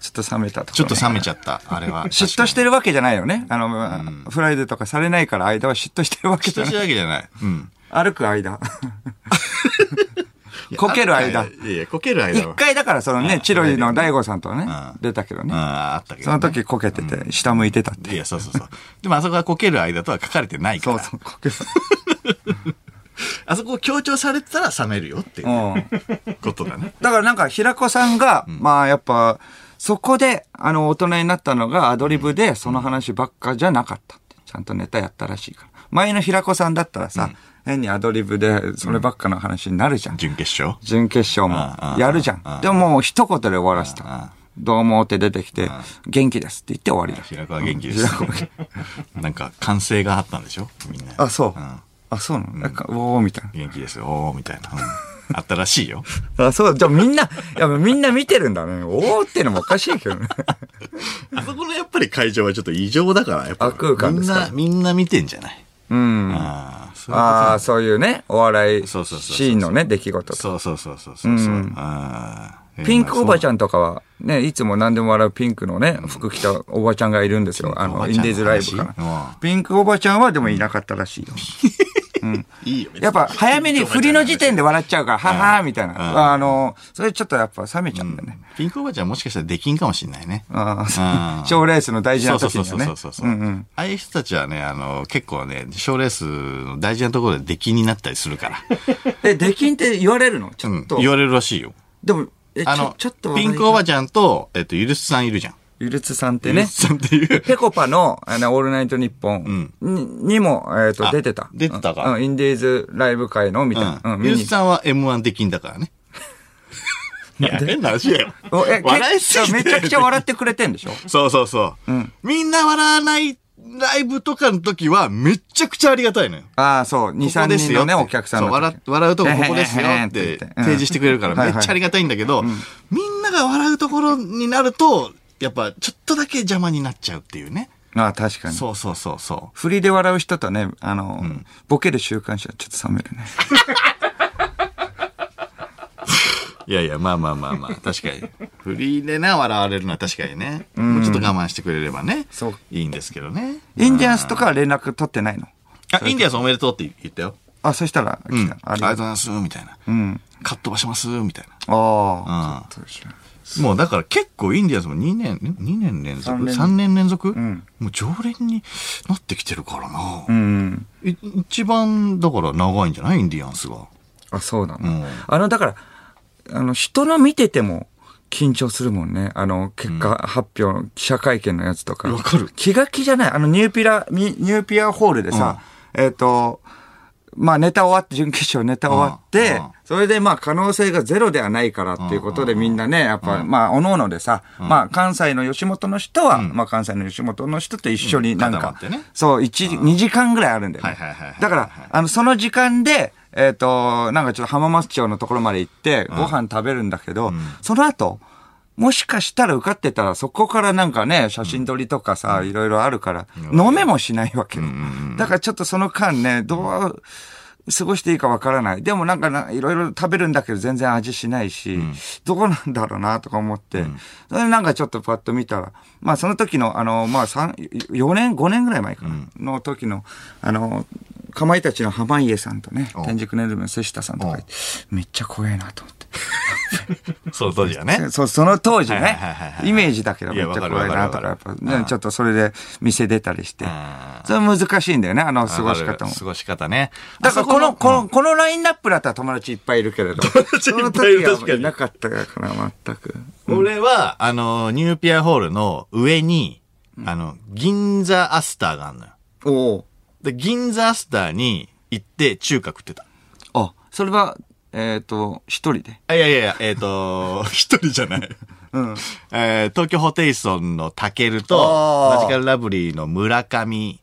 S2: ちょっと冷めたとかね、
S1: ちょっと冷めちゃった、あれは。
S2: 嫉妬してるわけじゃないよね。あの、フライデーとかされないから間は嫉妬してるわけ
S1: 嫉妬
S2: じゃ
S1: し
S2: な
S1: てるわけ
S2: い。
S1: じゃない。うん。
S2: 歩く間。こける間。
S1: いやいや、こける間
S2: 一
S1: は。
S2: 回だからそのね、チロリの大悟さんと
S1: う
S2: ね
S1: ん、
S2: 出たけど
S1: うん、
S2: ね。
S1: あったけど
S2: そ
S1: ね、
S2: の時こけてて、下向いてたって。
S1: いや、そうそうそう。 でもあそこはこける間とは書かれてないから。
S2: そうそう、 こけた。。
S1: あそこを強調されてたら冷めるよっていううんことだね。
S2: だからなんか平子さんが、まあやっぱ、そこで、あの、大人になったのがアドリブで、その話ばっかじゃなかったって。ちゃんとネタやったらしいから。前の平子さんだったらさ、変にアドリブで、そればっかの話になるじゃん。
S1: 準決勝
S2: 準決勝
S1: うんうん
S2: もやるじゃ
S1: うん
S2: ん。でももう一言で終わらせた。どうもって出てきて、元気ですって言って終わりだ。
S1: 白子は元気です。なんか歓声があったんでしょみんな。
S2: あ、そう。
S1: ん
S2: あ、そうなのなんか、うおーみたい
S1: 元気ですよ。おー、みたいな。うんあったらしいよ。
S2: な。あ、そう。じゃあみんな、いやみんな見てるんだね。おーってのもおかしいけどね。
S1: あそこのやっぱり会場はちょっと異常だから、やっぱ。
S2: あ空間ですか
S1: みんな、みんな見てんじゃない
S2: うん。
S1: ああ、 そういうこと
S2: ああ、そういうね、お笑いシ
S1: そうそうそうそう
S2: ーンのね、出来事と
S1: そうそうそうそうそうそう。あー
S2: ピンクおばち
S1: ゃん。
S2: ゃんとかは、ね、いつも何でも笑うピンクのね、服着たおばちゃんがいるんですよ。あ
S1: ピンクおばち
S2: の、
S1: ゃん
S2: インディーズライブか
S1: うん
S2: ら。ピンクおばちゃんはでもいなかったらしいよ。
S1: いいよ、別に
S2: やっぱ早めに振りの時点で笑っちゃうから、ははーみたいな。あの、それちょっとやっぱ冷めちゃうんだね。
S1: ピンクおばちゃんもしかしたらできんかもしんないね。
S2: あ
S1: うん
S2: あ、賞レースの大事な時にはね。
S1: そうそうそうそうそう。
S2: んうん
S1: ああいう人たちはね、あの、結構ね、賞レースの大事なところで出禁になったりする から。
S2: え、出禁って言われるのち
S1: う
S2: ょっ
S1: ん。
S2: と。
S1: 言われるらしいよ。
S2: でも、え、ち
S1: あ
S2: ょ
S1: の、
S2: ちょっと話題
S1: ピンクおばちゃんと、えっと、ゆるすさんいるじゃん。
S2: ゆるつさんって
S1: ゆる
S2: ね。
S1: すさんっていう。
S2: ぺこぱの、あの、オールナイトニッポンににも、えっと
S1: あ、
S2: 出てた。
S1: 出てたか
S2: うん、インディーズライブ会の、みたいな。うん、
S1: ゆ
S2: 見
S1: る
S2: に
S1: す。さんは M1 出禁だからね。いや、変な話だよ。
S2: おえ、
S1: 笑いすぎ
S2: 結
S1: て
S2: 構めちゃくちゃ笑ってくれてんでしょ
S1: そうそうそう。みんな笑わないライブとかの時は、めっちゃくちゃありがたいのよ。
S2: ああ、そう。2、
S1: ここ
S2: 3
S1: です
S2: 人
S1: よ
S2: の
S1: って
S2: ね、お客さん
S1: そう
S2: の時。
S1: 笑笑うとこここですよ
S2: へへへへ
S1: っ
S2: ってて言ってうん
S1: 提示してくれるから
S2: はい
S1: め
S2: はい
S1: っちゃありがたいんだけど、みんなが笑うところになると、やっぱちょっとだけ邪魔になっちゃうっていうね。
S2: ああ、確かに。
S1: そうそうそうそ
S2: 振りで笑う人とね、あの、ボケる習慣者はちょっと冷めるね。
S1: う。いやいや、まあまあまあ まあ、確かに。フリーでな、笑われるのは確かにね。もうちょっと我慢してくれればね。
S2: そう
S1: いいんですけどね。
S2: インディアンスとかは連絡取ってないの
S1: あ、インディアンスおめでとうって言ったよ。
S2: あ、そしたら
S1: う
S2: 来
S1: ん。あ
S2: た。
S1: り
S2: あ
S1: が
S2: り
S1: とう
S2: が
S1: ご
S2: と
S1: ざいます、みたいな。
S2: う。うん。
S1: かっ飛ばします、みたいな。
S2: ああ。ちょっと知らない
S1: もうだから結構インディアンスも2年、ん2年連続
S2: 三
S1: ?3
S2: 年
S1: 年連続、
S2: ん
S1: もう常連になってきてるからな。
S2: うん。
S1: い一番だから長いんじゃないインディアンスが。
S2: あ、そうだ
S1: うん
S2: な。あの、だから、あの、人の見てても緊張するもんね。あの、結果発表の記者会見のやつとか。
S1: わかる
S2: 気が気じゃない。あの、ニューピラ、みニューピアホールでさ、えっと、まあネタ終わって、準決勝ネタ終わっ
S1: うん
S2: て
S1: うん、
S2: それでまあ可能性がゼロではないからっていうことでみんなね、やっぱまあおののでさ、まあ関西の吉本の人は、まあ関西の吉本の人と一緒になん
S1: うん固
S2: か
S1: まってね、
S2: そう、一、2時間ぐらいあるんだよ
S1: はい
S2: ね
S1: はいはいはい。
S2: だから、あの、その時間で、えっ、と、なんかちょっと浜松町のところまで行って、ご飯食べるんだけど、その後、もしかしたら受かってたら、そこからなんかね、写真撮りとかさ、いろいろあるから、飲めもしないわけよ。だからちょっとその間ね、どう、過ごしていいかわからない。でもなんかな、いろいろ食べるんだけど全然味しないし、どこなんだろうなとか思って、それでなんかちょっとパッと見たら、まあその時の、あの、まあ三4年、5年ぐらい前かな、の時の、あの、かまいたちの濱家さんとね
S1: お、
S2: 天竺ネルムの瀬下さんとかいて、めっちゃ怖いなと思って。
S1: その当時はね。
S2: そう、その当時
S1: はい
S2: ね
S1: はいはいは、い
S2: イメージだけど
S1: い
S2: めっ
S1: や
S2: ちゃ怖いなとか、や
S1: わ
S2: っ
S1: かる
S2: ぱ
S1: わかる
S2: ね、ちょっとそれで店出たりして
S1: あ。
S2: それは難しいんだよね、あの過ごし
S1: わか
S2: 方も
S1: る。過ごし方ね。
S2: だからこの、こ
S1: の、
S2: の、このラインナップだったら友達いっぱいいるけれど。友
S1: 達いっぱいいる確かに
S2: いなかったから、全く。
S1: 俺は、あの、ニューピアホールの上に、あの、銀座アスターがあるのよ。
S2: お
S1: で、銀座アスターに行って中華食ってた。
S2: お。あ、それは、えっと、一人で。
S1: あいやいやいや、えっ、と、 一人じゃない。
S2: うん。
S1: えー東京ホテイソンのタケルと、
S2: あー
S1: マジカルラブリーの村上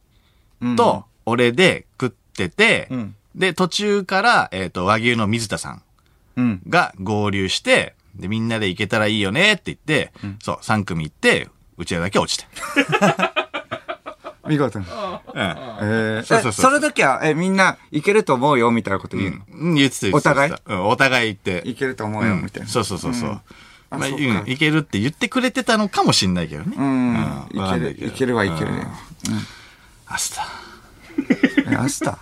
S1: と、俺で食ってて、
S2: ん
S1: で、途中から、えっ、と、和牛の水田さん
S2: うん。
S1: が合流して、で、みんなで行けたらいいよねって言って、そう、3組行って、うちらだけ落 ちて。
S2: 見事に。
S1: うん。
S2: え
S1: そうそうそ
S2: ー、
S1: う
S2: その時は、え、みんな、いけると思うよ、みたいなこと言うの。
S1: うん、言ってた言ってた。
S2: お互い
S1: 言ってたうん、お互い行って。
S2: いけると思うよ、みたいな。
S1: そうそうそうそう。まあ、
S2: そうっ
S1: ん、
S2: か
S1: いけるって言ってくれてたのかもしんないけどね。
S2: うん。
S1: わ
S2: い
S1: か
S2: け
S1: んな
S2: る、いけるはいけるね。
S1: アスター。
S2: えアスター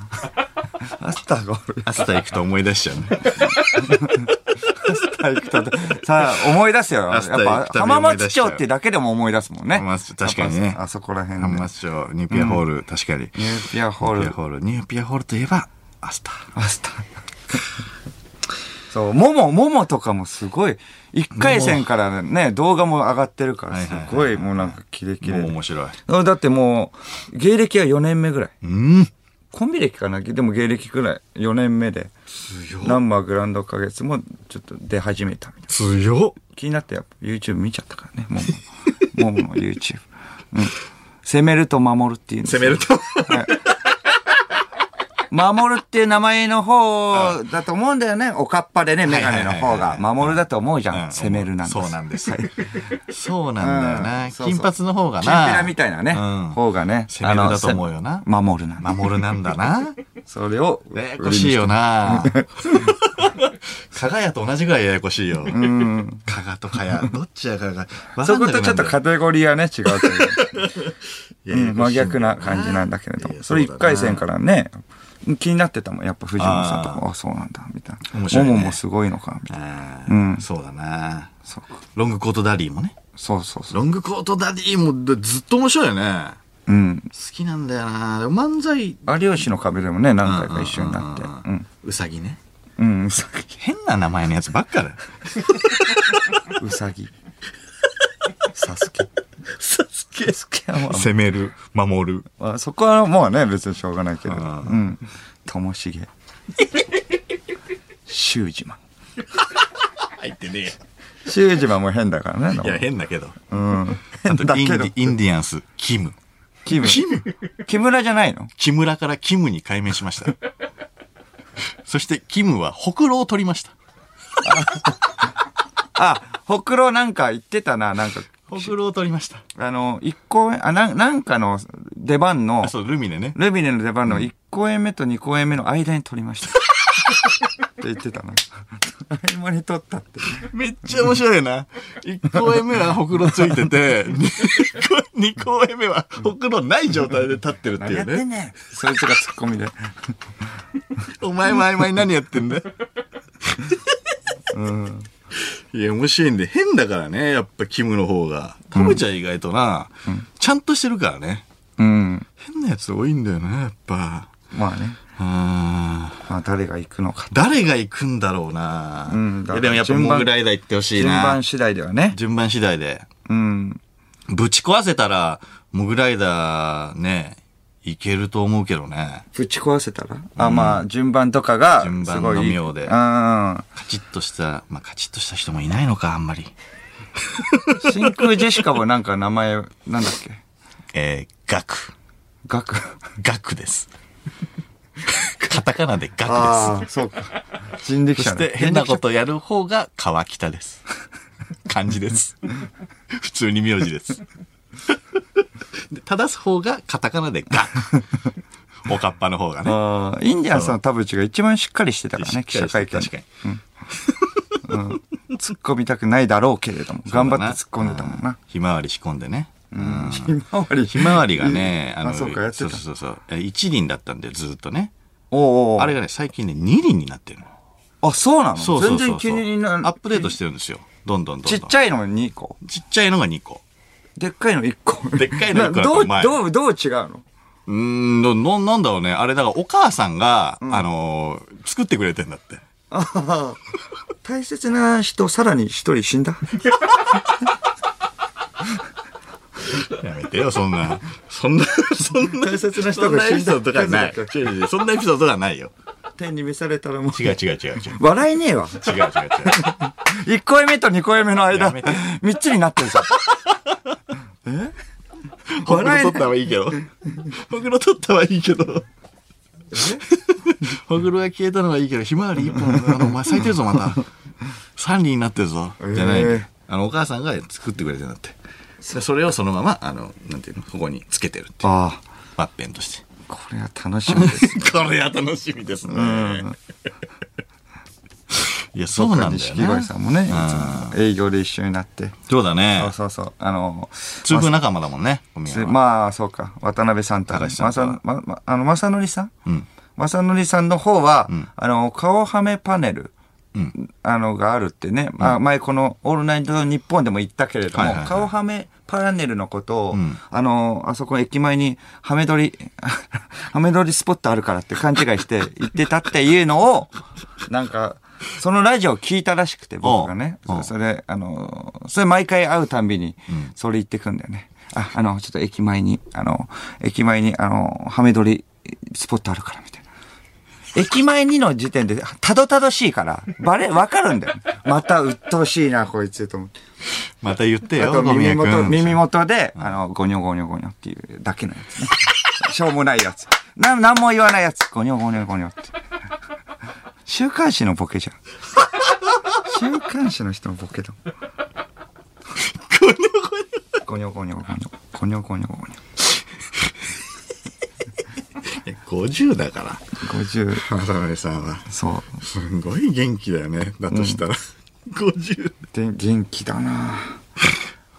S2: アスター がおる。
S1: アスター行くと思い出しちゃうね。
S2: アスター行くと、さあ、思い出すよ。や
S1: ア
S2: っ
S1: スター行
S2: ぱ
S1: く、たび
S2: 浜
S1: 思い
S2: 松
S1: 出しちゃう
S2: 町ってだけでも思い出すもんね。
S1: 浜松確かにね
S2: やっぱあそこら辺
S1: 浜
S2: で。
S1: 松町、ニューピアホール、確かに。
S2: ニューピアホー
S1: ニューピア
S2: ル。
S1: ホール、ニューピアホールといえば、アスター。
S2: アスター。そう、もも、ももとかもすごい、一回戦からね、動画も上がってるから、
S1: はい
S2: す
S1: はいはい
S2: ごいもうなんかキレキレ
S1: もう
S2: で。
S1: 面白い。
S2: だってもう、芸歴は4年目ぐらい。
S1: うん。
S2: コンビ歴かなでも芸歴ぐらい、4年目で。ナンバーグランド花月もちょっと出始めたみたいな。
S1: 強っ。
S2: 気になってやっぱ YouTube 見ちゃったからね、も う。もうもう YouTube。うん。攻めると守るっていうんですよ
S1: 攻めると。
S2: 守るっていう名前の方だと思うんだよね。おかっぱでね、メガネの方
S1: はいはいは
S2: が。
S1: いはい
S2: 守るだと思うじ
S1: う
S2: ゃん。攻めるなんです。
S1: そうなんです
S2: はい。
S1: そうなんだよ
S2: うん
S1: な。
S2: そうそう
S1: 金髪の方がな。
S2: チンピラみたいなね、
S1: うん。
S2: 方がね。
S1: 攻めるだと思うよな
S2: あのせ守るなんだ。
S1: 守るなんだ な。
S2: それを。
S1: ややこしいよな。加賀屋と同じぐらいややこしいよ。
S2: うん。
S1: 加賀と加谷。どっちやかが。
S2: そことちょっと
S1: か
S2: カテゴリーはね、違うと いう。うん真逆な感じなんだけれども。それ一回戦
S1: ら
S2: からね、気になってたもん。やっぱ藤本さんとか、あ、そうなんだ、みたいな。
S1: 面白いね
S2: もももすごいのか、みたいな。
S1: あ
S2: うん
S1: ーそうだな。
S2: そうか
S1: ロングコートダディもね。
S2: そうそうそう。
S1: ロングコートダディもだずっと面白いよね。
S2: うん。
S1: 好きなんだよな。でも漫才。
S2: 有吉の壁でもね、何回か一緒になって。う
S1: うんん。。うさぎね。
S2: うん、うさぎ。
S1: 変な名前のやつばっかだよ。
S2: うさぎ。サスケ。
S1: サスケ
S2: サスケはまあ
S1: 攻める、守る。
S2: まあ、そこはもうね、別にしょうがないけれど。う
S1: あー
S2: ん。ともしげ。修二マン。
S1: 入ってね
S2: 修二マンも変だからね。
S1: いや、変だけど。
S2: うん。
S1: あ
S2: 変
S1: と
S2: だ
S1: イン
S2: け
S1: デ
S2: ど
S1: ィ、。インディアンス、キム。
S2: キム。木村じゃないの
S1: 木村からキムに改名しました。そして、キムはほくろを取りました。
S2: あ、ほくろなんか言ってたな、なんか。
S1: ほくろを取りました。
S2: あの、一公演、あ、なんなんかの出番の
S1: あ、、そう、ルミネね。
S2: ルビネの出番の1公演目と2公演目の間に撮りま した。って言ってたな。合間に撮ったって。
S1: めっちゃ面白いな。1公演目はほくろついてて、2公演目はほくろない状態で立ってるっていうね。
S2: ねそいつがツッコミで。
S1: お前も曖昧に何やってんだいや、面白いんで、変だからね、やっぱキムの方が。タムちゃん意外とな、ちゃんとしてるからね。
S2: うん。
S1: 変なやつ多いんだよね、やっぱ。
S2: まあね。
S1: うん
S2: まあ誰が行くのか。
S1: 誰が行くんだろうな。
S2: うん
S1: いやでもやっぱ
S2: 順
S1: モ
S2: 番
S1: グライダー行ってほしい
S2: 順
S1: な。順
S2: 番
S1: 番
S2: 次第ではね。
S1: 次第で。
S2: うん。
S1: ぶち壊せたら、モグライダーね、いけると思うけどね。
S2: ぶち壊せたらあ、まあ順番とかが、
S1: 順
S2: す
S1: 番
S2: ご
S1: の
S2: いいい。
S1: 妙で
S2: うん。
S1: カチッとした、まあカチッとした人もいないのか、あんまり。
S2: 真空ジェシカもなんか名前、なんだっけ
S1: えー、ガク。
S2: ガク。
S1: ガクです。カタカナでガク
S2: ああ、 そうか。人
S1: で
S2: 力
S1: す。そ
S2: 車
S1: して
S2: ね
S1: 変なことやる方が川北です。漢字です。普通に名字です。で正す方がカタカナでガク。おかっぱの方がね。
S2: あーインディアンスの田淵が一番しっかりしてたからね、記者会見。
S1: 確かに。
S2: 突っ込みたくないだろうけれども、頑張って突っ込んでたもんな。
S1: ひまわり仕込んでね。
S2: ひまわり。
S1: ひまわりがね、
S2: あ、そうか、やってた
S1: そう。そうそうそう。一輪だったんで、ずっとね。
S2: おうおう
S1: あれがね、最近ね、二輪になってるの。
S2: あ、そうなの
S1: そうそうそうそう。
S2: 全然気にな
S1: アップデートしてるんですよ。どんどんどんど
S2: ち
S1: ん。
S2: っちゃいのが2個。
S1: ちっちゃいのが2個。
S2: でっかいの1個。
S1: でっかいの一個だと
S2: どう、
S1: 前
S2: どう、どう違うの
S1: うーん、なななんだろうね。あれ、だからお母さんが、あのー作ってくれてんだって。
S2: 大切な人、さらに1人死んだ
S1: やめてよ、そんな。 そ んな、そんな。
S2: 大切な
S1: そ
S2: 人
S1: ん
S2: が
S1: なエ
S2: 死
S1: ピ
S2: ん
S1: ソー
S2: だ。
S1: ドとかない
S2: 家族。
S1: 違う違う違うそんなエピソードとかないよ。
S2: 天に召されたらもう。
S1: 違う違う違う違う。違う違う違う。
S2: 笑えねえわ。1個目と2個目の
S1: や
S2: 間
S1: めて、
S2: みっちりなってる じゃん。
S1: ほくろ取ったはいいけど。ほくろ取ったはいいけど。ほくろが消えたのはいいけど、ひまわり一本、あの、お前咲いてるぞ、また。三輪になってるぞ。じゃない
S2: ええ。
S1: あの、お母さんが作ってくれてんだって。でそれをそのまま、あの、なんていうの、ここにつけてるっていう。
S2: あ
S1: バッペンとして。
S2: あ、これは楽しみです。
S1: これは楽しみですね。いや、そうなんだよ
S2: 錦鯉
S1: ね。
S2: さんもね、いつも営業で一緒になって。
S1: そうだね
S2: そう。そうそう。あの、
S1: 通風仲間だもんね、お宮は。
S2: まあ、そうか。渡辺さんと、
S1: 高橋
S2: ま
S1: さんと
S2: さ、ま、ま、あの、まさのりさん
S1: うん。
S2: まさのりさんの方は、あの、顔はめパネル、あの、があるってね、まあ、前この、オールナイト日本でも言ったけれども、
S1: はいはいはい
S2: 顔はめパネルのことを、
S1: ん
S2: あの、あそこ駅前に、はめ撮り、 はめ撮りスポットあるからって勘違いして言ってたっていうのを、なんか、そのラジオを聞いたらしくて、僕がね。
S1: おうおう
S2: そそれ、あの、それ毎回会うたんびに、それ言ってくんだよね。あ、あの、ちょっと駅前に、あの、駅前に、あの、ハメ撮りスポットあるから、みたいな。駅前にの時点で、たどたどしいから、バレ、わかるんだよ。また、鬱陶しいな、こいつ、と思って。
S1: また言って
S2: あ
S1: よ、
S2: と、
S1: 小宮
S2: 耳元、
S1: 君。
S2: 耳元で、あの、ゴニョゴニョゴニョっていうだけのやつ ね。しょうもないやつ。な、なんも言わないやつ。ゴニョゴニョゴニョって。週刊誌のボケじゃん。週刊誌の人のボケだもん。ゴニョゴニョゴニョ。ゴニョゴニョゴニョ。ゴニョゴニョゴニョ。
S1: 50だから。
S2: 50、
S1: 渡辺さんは。
S2: そう。
S1: すごい元気だよね。だとしたら。50。
S2: で、元気だな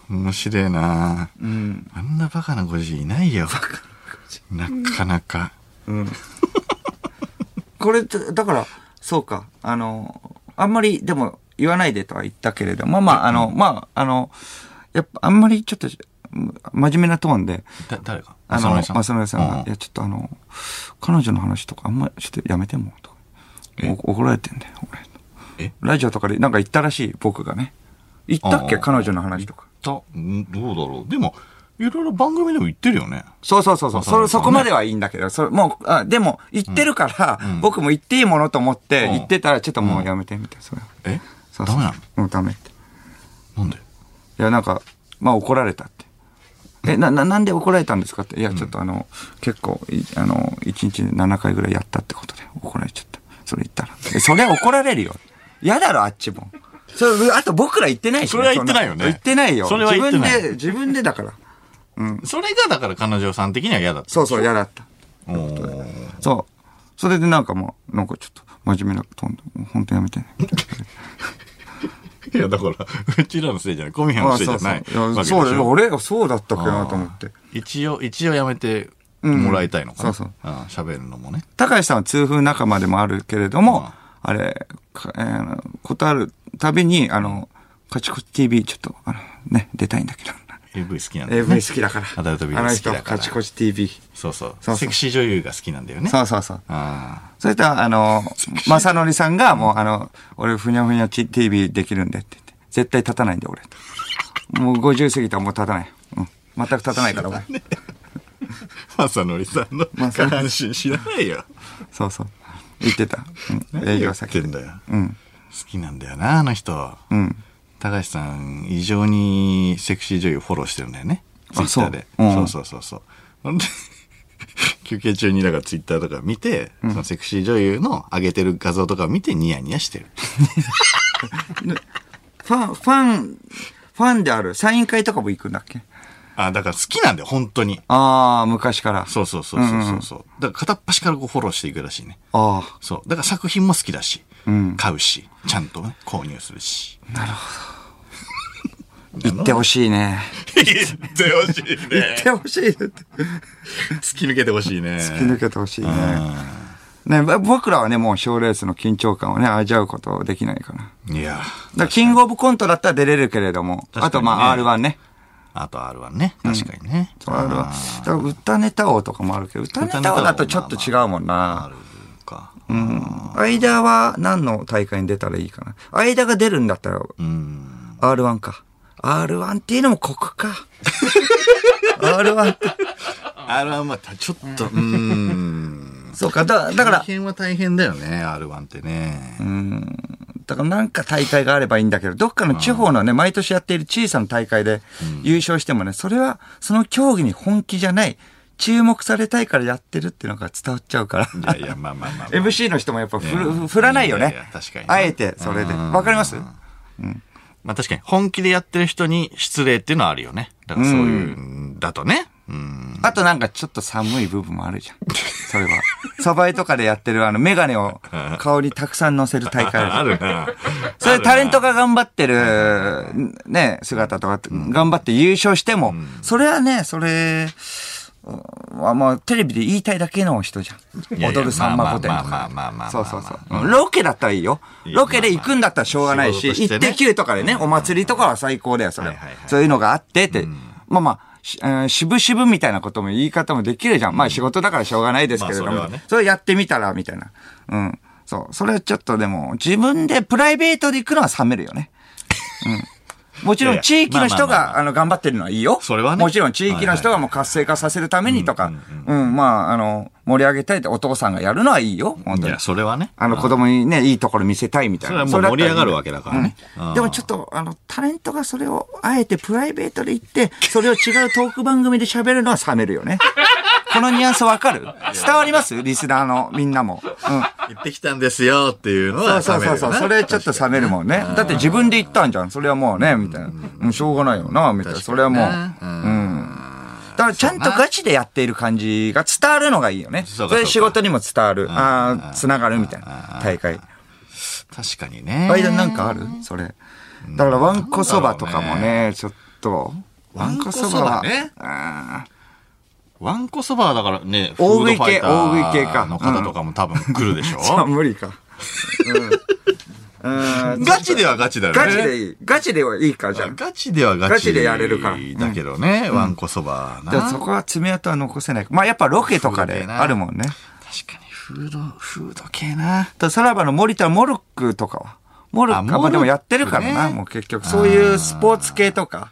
S1: 面白いなぁ
S2: うん。
S1: あんなバカな50いないよ。なかなか。
S2: これ、だから、そうか。あの、あんまり、でも、言わないでとは言ったけれども、まあ、あの、まあ、あの、やっぱ、あんまりちょっと、うん真面目なトーンで、
S1: だ、誰か
S2: あの、
S1: 雅紀
S2: 松村さん
S1: う
S2: が、
S1: ん
S2: いや、ちょっとあの、彼女の話とかあんまり、ちょっとやめても、とか。
S1: え
S2: お怒られてんだよ、俺
S1: え。
S2: ラジオとかでなんか言ったらしい、僕がね。言ったっけ
S1: あー
S2: 彼女の話とか。
S1: た、んどうだろう。でも、いろいろ番組でも言ってるよね。
S2: そうそうそうそ
S1: そうそ
S2: う。
S1: う
S2: そ
S1: そう
S2: れ、そこまではいいんだけど、それ、もう、あ、でも、言ってるから、
S1: うん
S2: 僕も言っていいものと思って、
S1: うん
S2: 言ってたら、ちょっともうやめて、みたいな、それは。
S1: え
S2: そうそ
S1: ダ
S2: う
S1: メなの
S2: もうダメって。
S1: なんで
S2: いや、なんか、まあ怒られたって。え、な、な、なんで怒られたんですかって。いや、ちょっとあの、結構、いあの、1日で7回ぐらいやったってことで怒られちゃった。それ言ったら。え、それ怒られるよ。嫌だろ、あっちも。それ、あと僕ら言ってない
S1: そ
S2: しね、
S1: れは言ってないよね
S2: そん言ってないよ。
S1: それは言ってない
S2: 自分で、自分でだから。
S1: それがだから彼女さん的には嫌だった。
S2: そうそう、嫌だった。
S1: おー
S2: そう。それでなんかもう、なんかちょっと、真面目なトーンで、もう本当やめてね。
S1: いや、だから、うちらのせいじゃない。小宮のせいじゃない。
S2: そう
S1: わけで
S2: そう
S1: し
S2: そう
S1: ょ
S2: いや。そうだよ、俺がそうだったかなと思って。
S1: 一応、一応やめてもらいたいのかな。
S2: うんそうそう
S1: ああ喋るのもね。
S2: 高橋さんは痛風仲間でもあるけれど
S1: うん
S2: も、あれ、かえーことあるたびに、あの、カチコチ TV ちょっと、あの、ね、出たいんだけど。
S1: AV 好きなんだよね。
S2: AV 好きだ から。
S1: アダルトビデオ
S2: あの
S1: 好きだ
S2: 人
S1: から、
S2: カチコチ TV。
S1: そうそう
S2: そう
S1: セクシー女優が好きなんだよね。
S2: そうそうそう。
S1: あ
S2: それと、あの、まさのりさんが、もう、あの、俺、ふにゃふにゃ TV できるんでって言って、絶対立たないんで、俺。もう50過ぎたらもう立たない。うん。全く立たないから、俺。
S1: あ。まさのりさんの
S2: ま
S1: 下半身知らないよ。
S2: そうそう。言ってた。うん。営業
S1: 言
S2: 先
S1: って
S2: で。
S1: んだよ。
S2: うん。
S1: 好きなんだよな、あの人。
S2: うん。
S1: 高橋さん、異常にセクシー女優フォローしてるんだよね。ツイッ
S2: あ
S1: タ
S2: そ
S1: ー
S2: う
S1: で。
S2: うん
S1: そうそうそうそう。ほんで 休憩中にだからツイッターとか見て、そのセクシー女優の上げてる画像とかを見てニヤニヤしてる。
S2: ファン、ファン、ファンであるサイン会とかも行くんだっけ
S1: あ、だから好きなんだよ、本当に。
S2: ああ、昔から。
S1: そうそうそうそうそうそう。だから片っ端からこうフォローしていくらしいね。
S2: あ
S1: そう。だから作品も好きだし、
S2: ん
S1: 買うし、ちゃんとね、購入するし。
S2: あ、 言ってほしいね。
S1: 言ってほしいね
S2: 言っ。てほしいって。
S1: 突き抜けてほしいね。
S2: 突き抜けてほしいね。ね、ぼ僕らはね、もう賞レースの緊張感をね、味わうことできないから。だか
S1: いや
S2: ら、キングオブコントだったら出れるけれども、
S1: 確かにね
S2: あとまあ R1 ね。
S1: あと R1 ね。確かにね。
S2: そう R1。だから歌ネタ王とかもあるけど、歌ネタ王だとちょっと違うもん
S1: あ
S2: な。
S1: るか。
S2: うん間は何の大会に出たらいいかな。間が出るんだったら、
S1: うん。
S2: R1 か。R1 っていうのもここか。R1 って。
S1: R1 はたちょっと、うん。
S2: そうか。だだから
S1: 大、変は大変だよね、R1 ってね。
S2: だからなんか大会があればいいんだけど、どっかの地方のね、毎年やっている小さな大会で優勝してもね、それはその競技に本気じゃない、注目されたいからやってるっていうのが伝わっちゃうから。
S1: いやいや、まあまあまあ、まあ。
S2: MC の人もやっぱ振
S1: いや
S2: る振らないよ
S1: いやい
S2: ね
S1: や。確かにね
S2: あえて、それで。
S1: うん
S2: わかります
S1: まあ確かに、本気でやってる人に失礼っていうのはあるよね。だからそういう、ん、だとね。うん。
S2: あとなんかちょっと寒い部分もあるじゃん。それは。サバイとかでやってるあの、メガネを顔にたくさん乗せる大会あるじゃ
S1: あ
S2: ん
S1: るな。
S2: それタレントが頑張ってる、ね、姿とか、頑張って優勝しても、それはね、それ、うんまあまあ、テレビで言いたいだけの人じゃん。
S1: いやいや
S2: 踊るさんま御殿
S1: まあ
S2: と
S1: まあ
S2: か。
S1: まあまあまあまあまあ
S2: そうそうそう。うんロケだったらいいよ。ロケで行くんだったらしょうがないし、
S1: まあまあ仕事としてね
S2: 一滴とかでね、お祭りとかは最高だよ、それは
S1: はいはいはい。
S2: そういうのがあってって。まあまあ、しえー渋々みたいなことも言い方もできるじゃん。まあ仕事だからしょうがないですけれど
S1: まあそれ
S2: も
S1: はね。
S2: それやってみたら、みたいな。うん。そう。それはちょっとでも、自分でプライベートで行くのは冷めるよね。うん。もちろ
S1: いやい
S2: ん
S1: や
S2: 地域の人
S1: まあまあま
S2: が、あの、頑張ってるのはいいよ。
S1: それはね
S2: もちろん地域の人がもう活性化させるためにとか、うん、まあ、あの、盛り上げたいってお父さんがやるのはいいよ。本
S1: い
S2: 当に
S1: や、。それはね。
S2: あの、子供にね、いいところ見せたいみたいな。
S1: それはもう盛り上がる
S2: それだったいいんだよ
S1: わけだからね
S2: うん
S1: うん
S2: でもちょっと、あの、タレントがそれを、あえてプライベートで言って、それを違うトーク番組で喋るのは冷める よね。このニュアンスわかる伝わりますリスナーのみんなも。うん。
S1: 行ってきたんですよっていうの
S2: そ
S1: は
S2: うそうそうそう。それちょっと冷めるもんね。だって自分で言ったんじゃん。それはもうね、みたいな。うん、しょうがないよな、みたいな。それはもう。うん。だからちゃんとガチでやっている感じが伝わるのがいいよね。
S1: そ
S2: そう
S1: かそうか
S2: れ仕事にも伝わる。ああ、繋がるみたいな。大会。
S1: 確かにね。
S2: 間になんかあるそれ。だからわんこそばとかもね、ちょっと。
S1: わんこそばはね
S2: あー
S1: わんこそばはだからね、
S2: 大食い系
S1: フードファイター
S2: 大食い系か
S1: の方とかも多分来るでしょ、
S2: じゃあ無理か。うんう ん
S1: ガチではガチだよね。
S2: ガチでいい。ガチではいいか、じゃあ。
S1: ガチではガチ
S2: ガチでやれるから
S1: だけどね、わんこそばな。
S2: でも
S1: 確
S2: そ
S1: か
S2: こは爪痕は残せない。まあやっぱロケとかであるもんね。
S1: に、フード、フード系な。
S2: たださらばの森田モルックとかは。モルッ
S1: あモル
S2: ク
S1: ッ
S2: は
S1: ク
S2: まあでもやってるからな、
S1: ね
S2: もう結局。そういうスポーツ系とか。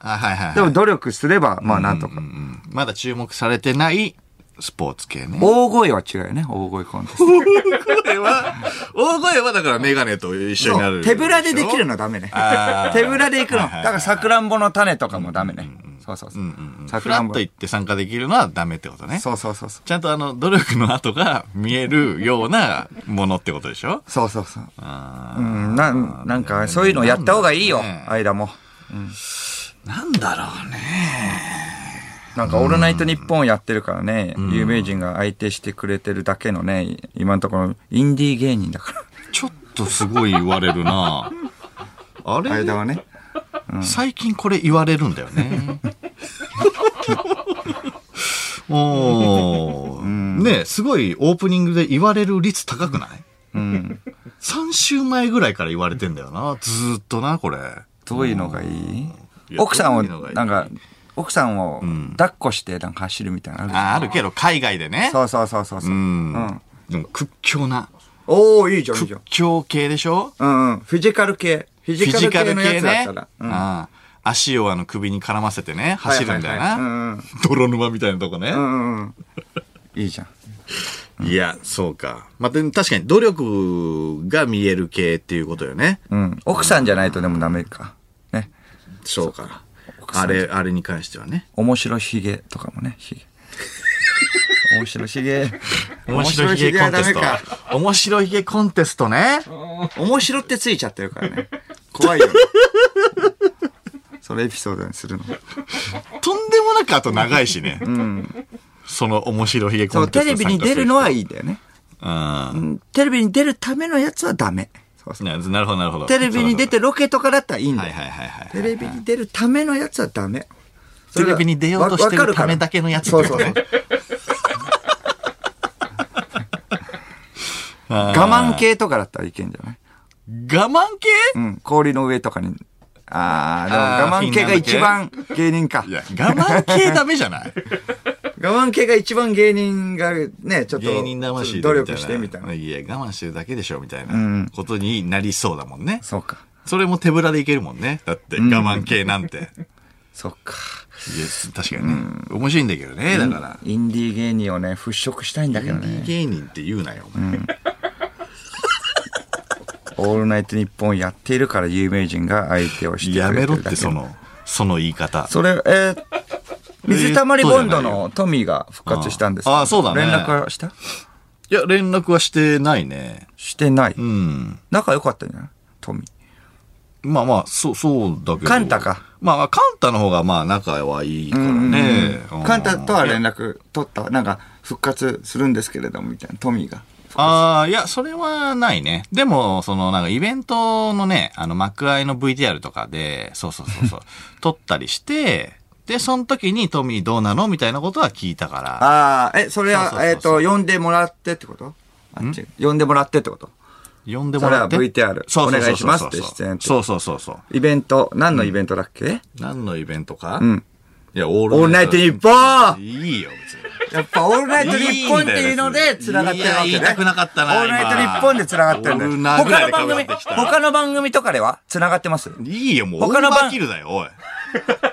S1: あ、はいはい、はい。
S2: でも努力すれば、まあなんとか。
S1: うんまだ注目されてないスポーツ系ね。
S2: 大声は違うよね、大声コンテスト。
S1: 大声は、大声はだからメガネと一緒になる。
S2: 手ぶらでできるのはダメね
S1: あ。ー
S2: 手ぶらで行くの。
S1: はい
S2: だ
S1: はいはい
S2: からさくらんぼの種とかもダメね。そうそうそう。さ
S1: フ
S2: く
S1: ラ
S2: らん
S1: ッ
S2: ぼ
S1: と。行って参加できるのはダメってことね。
S2: そうそうそうそう。
S1: ちゃんとあの、努力の跡が見えるようなものってことでしょ
S2: そうそうそう。
S1: あ
S2: うん、なん、なんか、そういうのやった方がいいよ
S1: ね、
S2: 間も。
S1: ーなんだろうね。
S2: なんか、オールナイトニッポンやってるからね、有名人が相手してくれてるだけのね、今のところ、インディー芸人だか
S1: ちょっとすごい言われるな あれ
S2: ら、間はね。
S1: 最近これ言われるんだよね。おーねえすごいオープニングで言われる率高くない
S2: うん。
S1: 3週前ぐらいから言われてんだよな。ずーっとな、これ。
S2: どういうのがいい
S1: いや
S2: 奥さん
S1: ど
S2: を、
S1: ういうのがいい
S2: なんか、奥さんを抱っこして、なんか走るみたいなのあるじゃん。
S1: あ、あるけど、海外でね。
S2: そうそうそうそうそう。
S1: うん。
S2: うん
S1: でも屈強な。
S2: おー、いいじゃん、いいじ
S1: 屈
S2: ゃん。
S1: 強系でしょ
S2: うんうん。フィジカル系。フィ
S1: フィジ
S2: ジ
S1: カ
S2: カ
S1: ル
S2: ル
S1: 系
S2: 系のやつだ
S1: ね
S2: ったら。。うん
S1: ああ足をあの首に絡ませてね、走るんだよ
S2: はいはい
S1: な。
S2: はい
S1: 泥沼みたいなとこね
S2: う。んうんうんうん。いいじゃん。
S1: いや、そうか。まあ、でも確かに努力が見える系っていうことよね。
S2: うん。奥さんじゃないとでもダメか。ね。
S1: そうか。
S2: 奥さ
S1: あ
S2: んじゃ
S1: れ、あれに関してはね。
S2: 面白ひげとかもね、ひげ。面白ひげ。
S1: 面白いひげコンテスト。面白いひげコンテストね。
S2: 面白ってついちゃってるからね。怖いよね。それエピソードにするの。
S1: とんでもなくあと長いしね。その面白ひげコ
S2: そ
S1: ン
S2: う、
S1: テ
S2: テ
S1: スト
S2: レビに出るのはいいんだよね。
S1: は、う。
S2: うんんテレビに出るためのやつはダメ。そうそう
S1: ななるほど、なるほど。
S2: テレビに出てロケとかだったらいいん
S1: は
S2: だ
S1: い
S2: よ。
S1: はいはいはい。
S2: テレビに出るためのやつはダメ。
S1: テレビに出ようとして
S2: わわか
S1: る
S2: か
S1: た
S2: ら
S1: めだけのやつ
S2: そうそうそう。
S1: 我
S2: 我慢。系とかだったらいけんじゃない
S1: 我慢系
S2: うん、氷の上とかに。あ
S1: あー
S2: あ、でも我慢系が一番芸人か。
S1: いや、我慢系ダメじゃない
S2: 我慢系が一番芸人がね、ちょっと
S1: 芸人魂で
S2: 努力してみたいな。
S1: いや、我慢してるだけでしょ、みたい
S2: ん
S1: なことになりそうだもんね。
S2: そうか。
S1: それも手ぶらでいけるもんね。だって、我慢系なんて。いや、
S2: そうか。
S1: 確かにね。面白いんだけどね、だから。
S2: インディー芸人をね、払拭したいんだけどね。
S1: 芸人って言うなよ、お前
S2: オールナイトニッポンやっているから有名人が相手をして
S1: や
S2: くれ
S1: め
S2: て
S1: ろっ
S2: るだけ。
S1: て、そ。 の、その言い方。
S2: それ、えー水溜りボンドのトミーが復活したんですけど
S1: あーそうだね
S2: 連絡はした
S1: いや、連絡はしてないね。
S2: してない。
S1: うん。
S2: 仲良かったんじゃないトミー。
S1: まあまあ、そう、そうだけど。
S2: カンタか。
S1: まあまあ、カンタの方がまあ仲はいいからね。うん
S2: カンタとは連絡取った、なんか復活するんですけれども、みたいな、トミーが。
S1: ああ、いや、それはないね。でも、その、なんか、イベントのね、あの、幕開の VTR とかで、そうそうそうそう、 撮ったりして、で、その時にトミーどうなのみたいなことは聞いたから。
S2: ああ、え、それは、
S1: そうそうそうそう
S2: えっ、と、呼んでもらってってことあっち呼んでもらってってこと
S1: 呼んでもらって。
S2: それは VTR
S1: そうそうそうそう
S2: お願いしますって出演って
S1: そうそうそうそう。
S2: イベント、何のイベントだっけ、
S1: 何のイベントか
S2: ん
S1: いや、オー
S2: オール
S1: ル
S2: ナイトニッポン
S1: いいよ、別に。
S2: やっぱオールナイトニッポンっていうので繋がってるわけね。
S1: いや言いたくなかったな
S2: オールナイトニッポンで繋がってるん
S1: 今
S2: だ
S1: オールナイ
S2: よ。他の
S1: ト
S2: 番
S1: ぐらいで被って
S2: 組、
S1: きた
S2: 他の番組とかでは繋がってます
S1: いいよ、もう。
S2: 他の
S1: オーバ
S2: 番
S1: ーキルだよ、おい。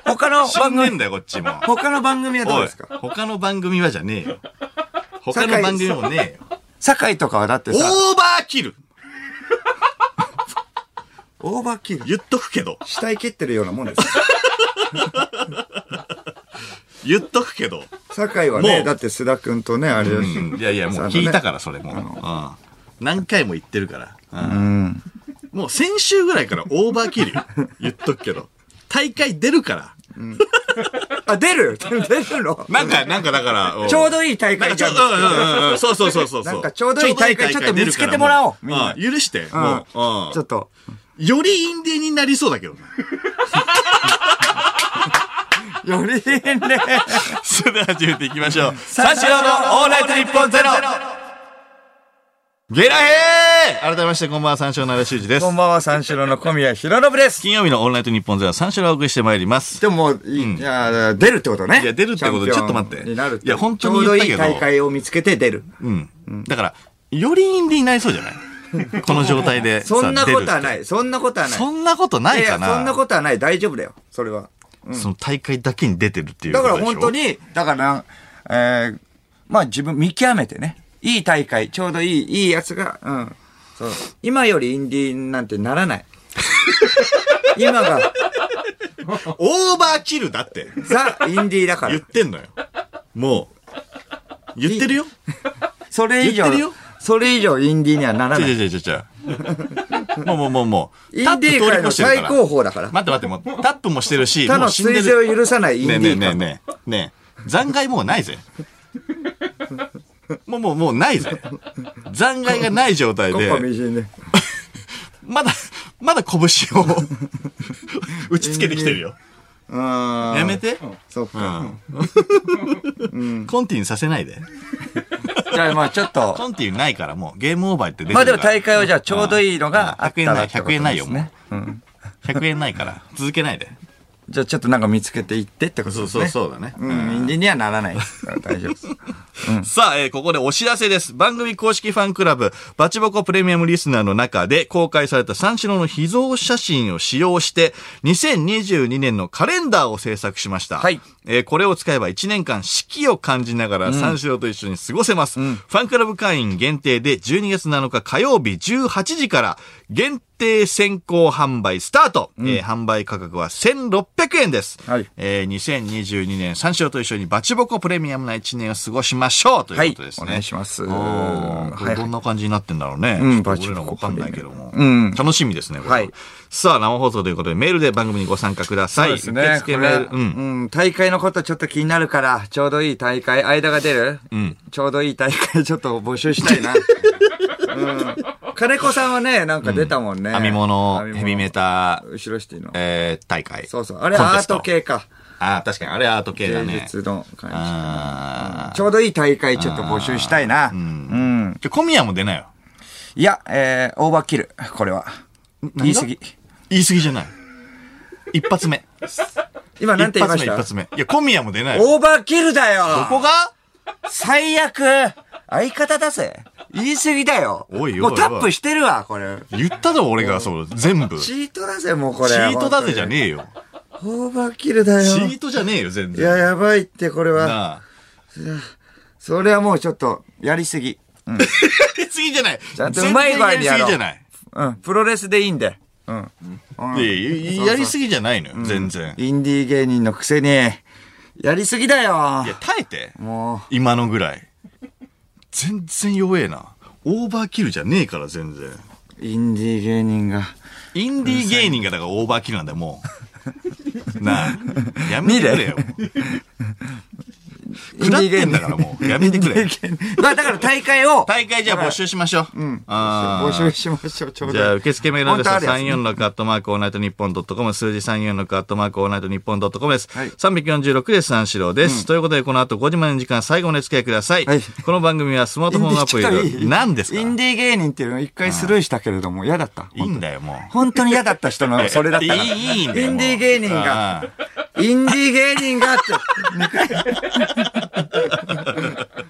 S2: 他 の
S1: 死
S2: 番
S1: んでん
S2: 組、
S1: だよ、こっちも。
S2: 他の番組はどう
S1: お
S2: で
S1: い
S2: すか、
S1: 他の番組はじゃねえよ。他の番組もねえよ。
S2: 酒井とかはだってさ、
S1: オーバーキル
S2: オーバーキル。
S1: 言っとくけど。
S2: 死体蹴ってるようなもんですよ。
S1: 言っとくけど。
S2: 酒井は
S1: も
S2: ね、
S1: う
S2: だって須田くんとね、あれだし。
S1: いやいや、もう聞いたから、それも。うん何回も言ってるから。うんもう先週ぐらいからオーバーキルよ言っとくけど。大会出るから。
S2: あ、出る 出るの
S1: なんか、なんかだから。ん
S2: ちょうどいい大会
S1: なんかちょ
S2: じ
S1: う
S2: ゃん
S1: ど、うんうんうん。そうそうそうそう。
S2: なんかちょうどいい大会
S1: ちょうどいい大会出るから
S2: ちょっと見つけてもらおうみん
S1: も
S2: な
S1: ううん許して。
S2: うん
S1: もう、
S2: ち
S1: う
S2: ょ
S1: ん
S2: っと、
S1: よりインディーになりそうだけどな。
S2: よりね。
S1: それでは始めていきましょう。
S2: 三四郎のオールナイトニッポンゼロ
S1: ゲラヘー改めまして、こんばんは、三四郎の良修二です
S2: こ。んばんは、三四郎の小宮弘信です。
S1: 金曜日のオールナイトニッポンゼロは三四郎をお送りしてまいります。
S2: でももう、いいいや、出るってことね。
S1: いや出るってこと
S2: チャンピオン
S1: ちょっと待って
S2: になるって
S1: いや本当に
S2: ちょうどい
S1: 言
S2: い
S1: ったけど
S2: 大会を見つけて出る。
S1: うん。だから、よりインディーになりそうじゃ ないこの状態で。
S2: そんなこと
S1: さ
S2: は
S1: 出るっ
S2: ない。そんなことは
S1: て
S2: ない。
S1: そんなことないか
S2: いやいやそんな
S1: な
S2: ことはない。大丈夫だよ。それは。
S1: その大会だけに出てるっていうこ
S2: だ
S1: と
S2: か
S1: でし
S2: ら
S1: ょ。
S2: 本当に、だからな、えー、まあ自分見極めてね。いい大会、ちょうどいい、いいやつが、うん。そう。今よりインディーなんてなら ない。今が、
S1: オーバーキルだって。
S2: ザ・インディーだか
S1: 言っ
S2: ら。
S1: てんのよ。もう。言ってるよ。
S2: それ以上
S1: 言ってるよ、
S2: それ以上インディーにはなら
S1: ちょ
S2: ない。
S1: ちょちょちょちょ。もうもうもうもう。
S2: インディー界の最高
S1: 待
S2: 峰だから。
S1: って待って、もうタップもしてるし、
S2: 他
S1: も
S2: の
S1: う死んで
S2: 推
S1: る。
S2: 薦を許さないイン
S1: ね
S2: デ
S1: え
S2: ィ
S1: ねえ
S2: ー
S1: ねえ
S2: 界。
S1: ねえ。ねえ。残骸もうないぜ。もうもうもうないぜ。残骸がない状態
S2: こ
S1: で
S2: こ、みじんで。
S1: まだ、まだ 拳を打ちつけてきてるよ。や
S2: や
S1: め。て。
S2: そっか。
S1: コンティニューさせないで。
S2: じゃあまあちょっと、
S1: コンティニューないからもうゲームオーバーって出てる
S2: まあで
S1: か
S2: も
S1: ら。
S2: 大会はじゃあちょうどいいのがあ
S1: 100
S2: った
S1: 円
S2: ら
S1: ない、
S2: って
S1: 100
S2: ことですね
S1: 円ないよ、もう。100円ないから。続けないで。
S2: じゃあちょっとなんか見つけていってってこと
S1: そう
S2: です
S1: そうそ
S2: ね。
S1: うだね。
S2: うん、インディにはな らないですから大丈夫です。
S1: さあ、えーここでお知らせです。番組公式ファンクラブ、バチボコプレミアムリスナーの中で公開された三四郎の秘蔵写真を使用して、2022年のカレンダーを制作しました。
S2: はい
S1: えーこれを使えば1年間四季を感じながら三四郎と一緒に過ごせます。ファンクラブ会員限定で12月7日火曜日18時から限定先行販売スタート、えー販売価格は1600円です。
S2: はい
S1: えー2022年三四郎と一緒にバチボコプレミアムな1年を過ごしましょうということですね。
S2: はいお願いします
S1: おーこ
S2: は
S1: れ
S2: い
S1: どんな感じになってんだろうね。
S2: うん
S1: ちょっと俺らもわ
S2: バチ
S1: か
S2: ボコ
S1: ん
S2: プ
S1: な
S2: レミア
S1: い
S2: ム
S1: けども。
S2: うん
S1: 楽しみですね、これ
S2: はい
S1: さあ、生放送ということでメールで番組にご参加ください。
S2: そうですね。
S1: 受付
S2: これ
S1: メール。
S2: う
S1: うん。
S2: ん、大会のことちょっと気になるから、ちょうどいい大会、間が出る、ちょうどいい大会ちょっと募集したい な。うん。金子さんはね、なんか出たもんね。
S1: 編み物、ヘビメ
S2: タ
S1: タ、
S2: 後ろシティの。
S1: えー大会。
S2: そうそう。あれア
S1: コンテ
S2: ー
S1: スト
S2: ト。系か。
S1: ああ、確かに、あれアート系だ
S2: 芸
S1: ね。
S2: 術の感
S1: あ
S2: じ。
S1: ー
S2: ちょうどいい大会ちょっと募集したいな。うん。
S1: じゃ、小宮も出なよ。
S2: いや、えー、オーバーキル、これは。言い過ぎ。
S1: 言い過ぎじゃない。一発目。
S2: 今 なんて
S1: 一
S2: 言
S1: 発目、一
S2: いました
S1: 発目。いや、小宮も出ないよ。
S2: オーバーキルだよ
S1: ここが
S2: 最悪相方だぜ言い過ぎだよ
S1: おいおいおい
S2: もうタップしてるわ、これ。
S1: 言ったぞ、俺が、そう、全部。チ
S2: チートだぜ、もうこれ。
S1: ートだぜじゃ
S2: え。
S1: ねえよ。
S2: オーバーキルだよ。
S1: チ
S2: い
S1: ートじゃねえよ、全然。
S2: や、やばいって、これは。
S1: なあ。
S2: それはもうちょっと、やりすぎ。
S1: やりすぎじゃない。
S2: ちゃんとうまい具合にやろう
S1: 全然やりす
S2: うん、プロレスでいいんで。うん。う
S1: ぎじゃ
S2: ん
S1: ない。いや、やりすぎじゃないのよ、全然。
S2: インディー芸人のくせに、やりすぎだよ
S1: いや、耐えて。
S2: も
S1: 今のぐらい。全然弱えな。オーバーキルじゃねえから、全然。
S2: う、インディー芸人が。
S1: インディー芸人がだからオーバーキルなんだよ、もう。なあ。やめてくれよ。
S2: イン
S1: 食
S2: デ
S1: らっ
S2: ィー芸
S1: てんだ
S2: 人
S1: からもう。やめてくれ。
S2: まあだから大会を、
S1: 大会じゃあ募集しましょう。うん。あ
S2: 募
S1: ー
S2: 集しましょう、ちょうど。
S1: じゃあ、受付メールアドレスは
S2: 本当あるやつね
S1: 346アットマークオールナイトニッポンドットコム、数字346アットマークオールナイトニッポンドットコムです。
S2: はい
S1: 346です、三四郎です。ということで、この後5時までの時間、最後までお付き合いください。
S2: はい
S1: この番組はスマートフォンのアプ
S2: ちょっと
S1: リ
S2: い
S1: で、
S2: い
S1: 何ですか
S2: インディー芸人っていうのを一回スルーしたけれども、嫌だった。
S1: いいんだよ、もう。
S2: 本当に嫌だった人 のそれだったから。
S1: いいいいんだ
S2: イ
S1: よもう
S2: ンディー芸人
S1: あ
S2: が
S1: ー、
S2: インディー芸人 がって、2回。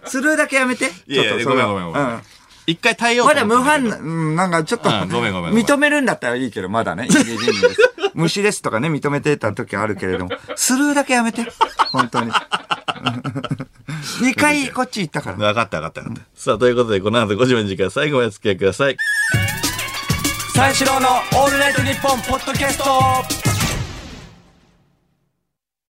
S2: スルーだけやめて。
S1: いやいや
S2: ちょっとそれは
S1: ごめんごめんごめん
S2: うん
S1: 一回対応
S2: まだ無反、うん、なんかちょっと、
S1: うんごめんごめんごめん
S2: 認めるんだったらいいけど、まだね、インディー芸人です。虫ですとかね、認めてた時はあるけれども、スルーだけやめて。本 当に。2回こっち行ったから。
S1: 分かった分かった分かった。さあ、ということで、この後5時までの時間、最後までお付き合いください。
S2: 三四郎のオールナイトニッポンポッドキャスト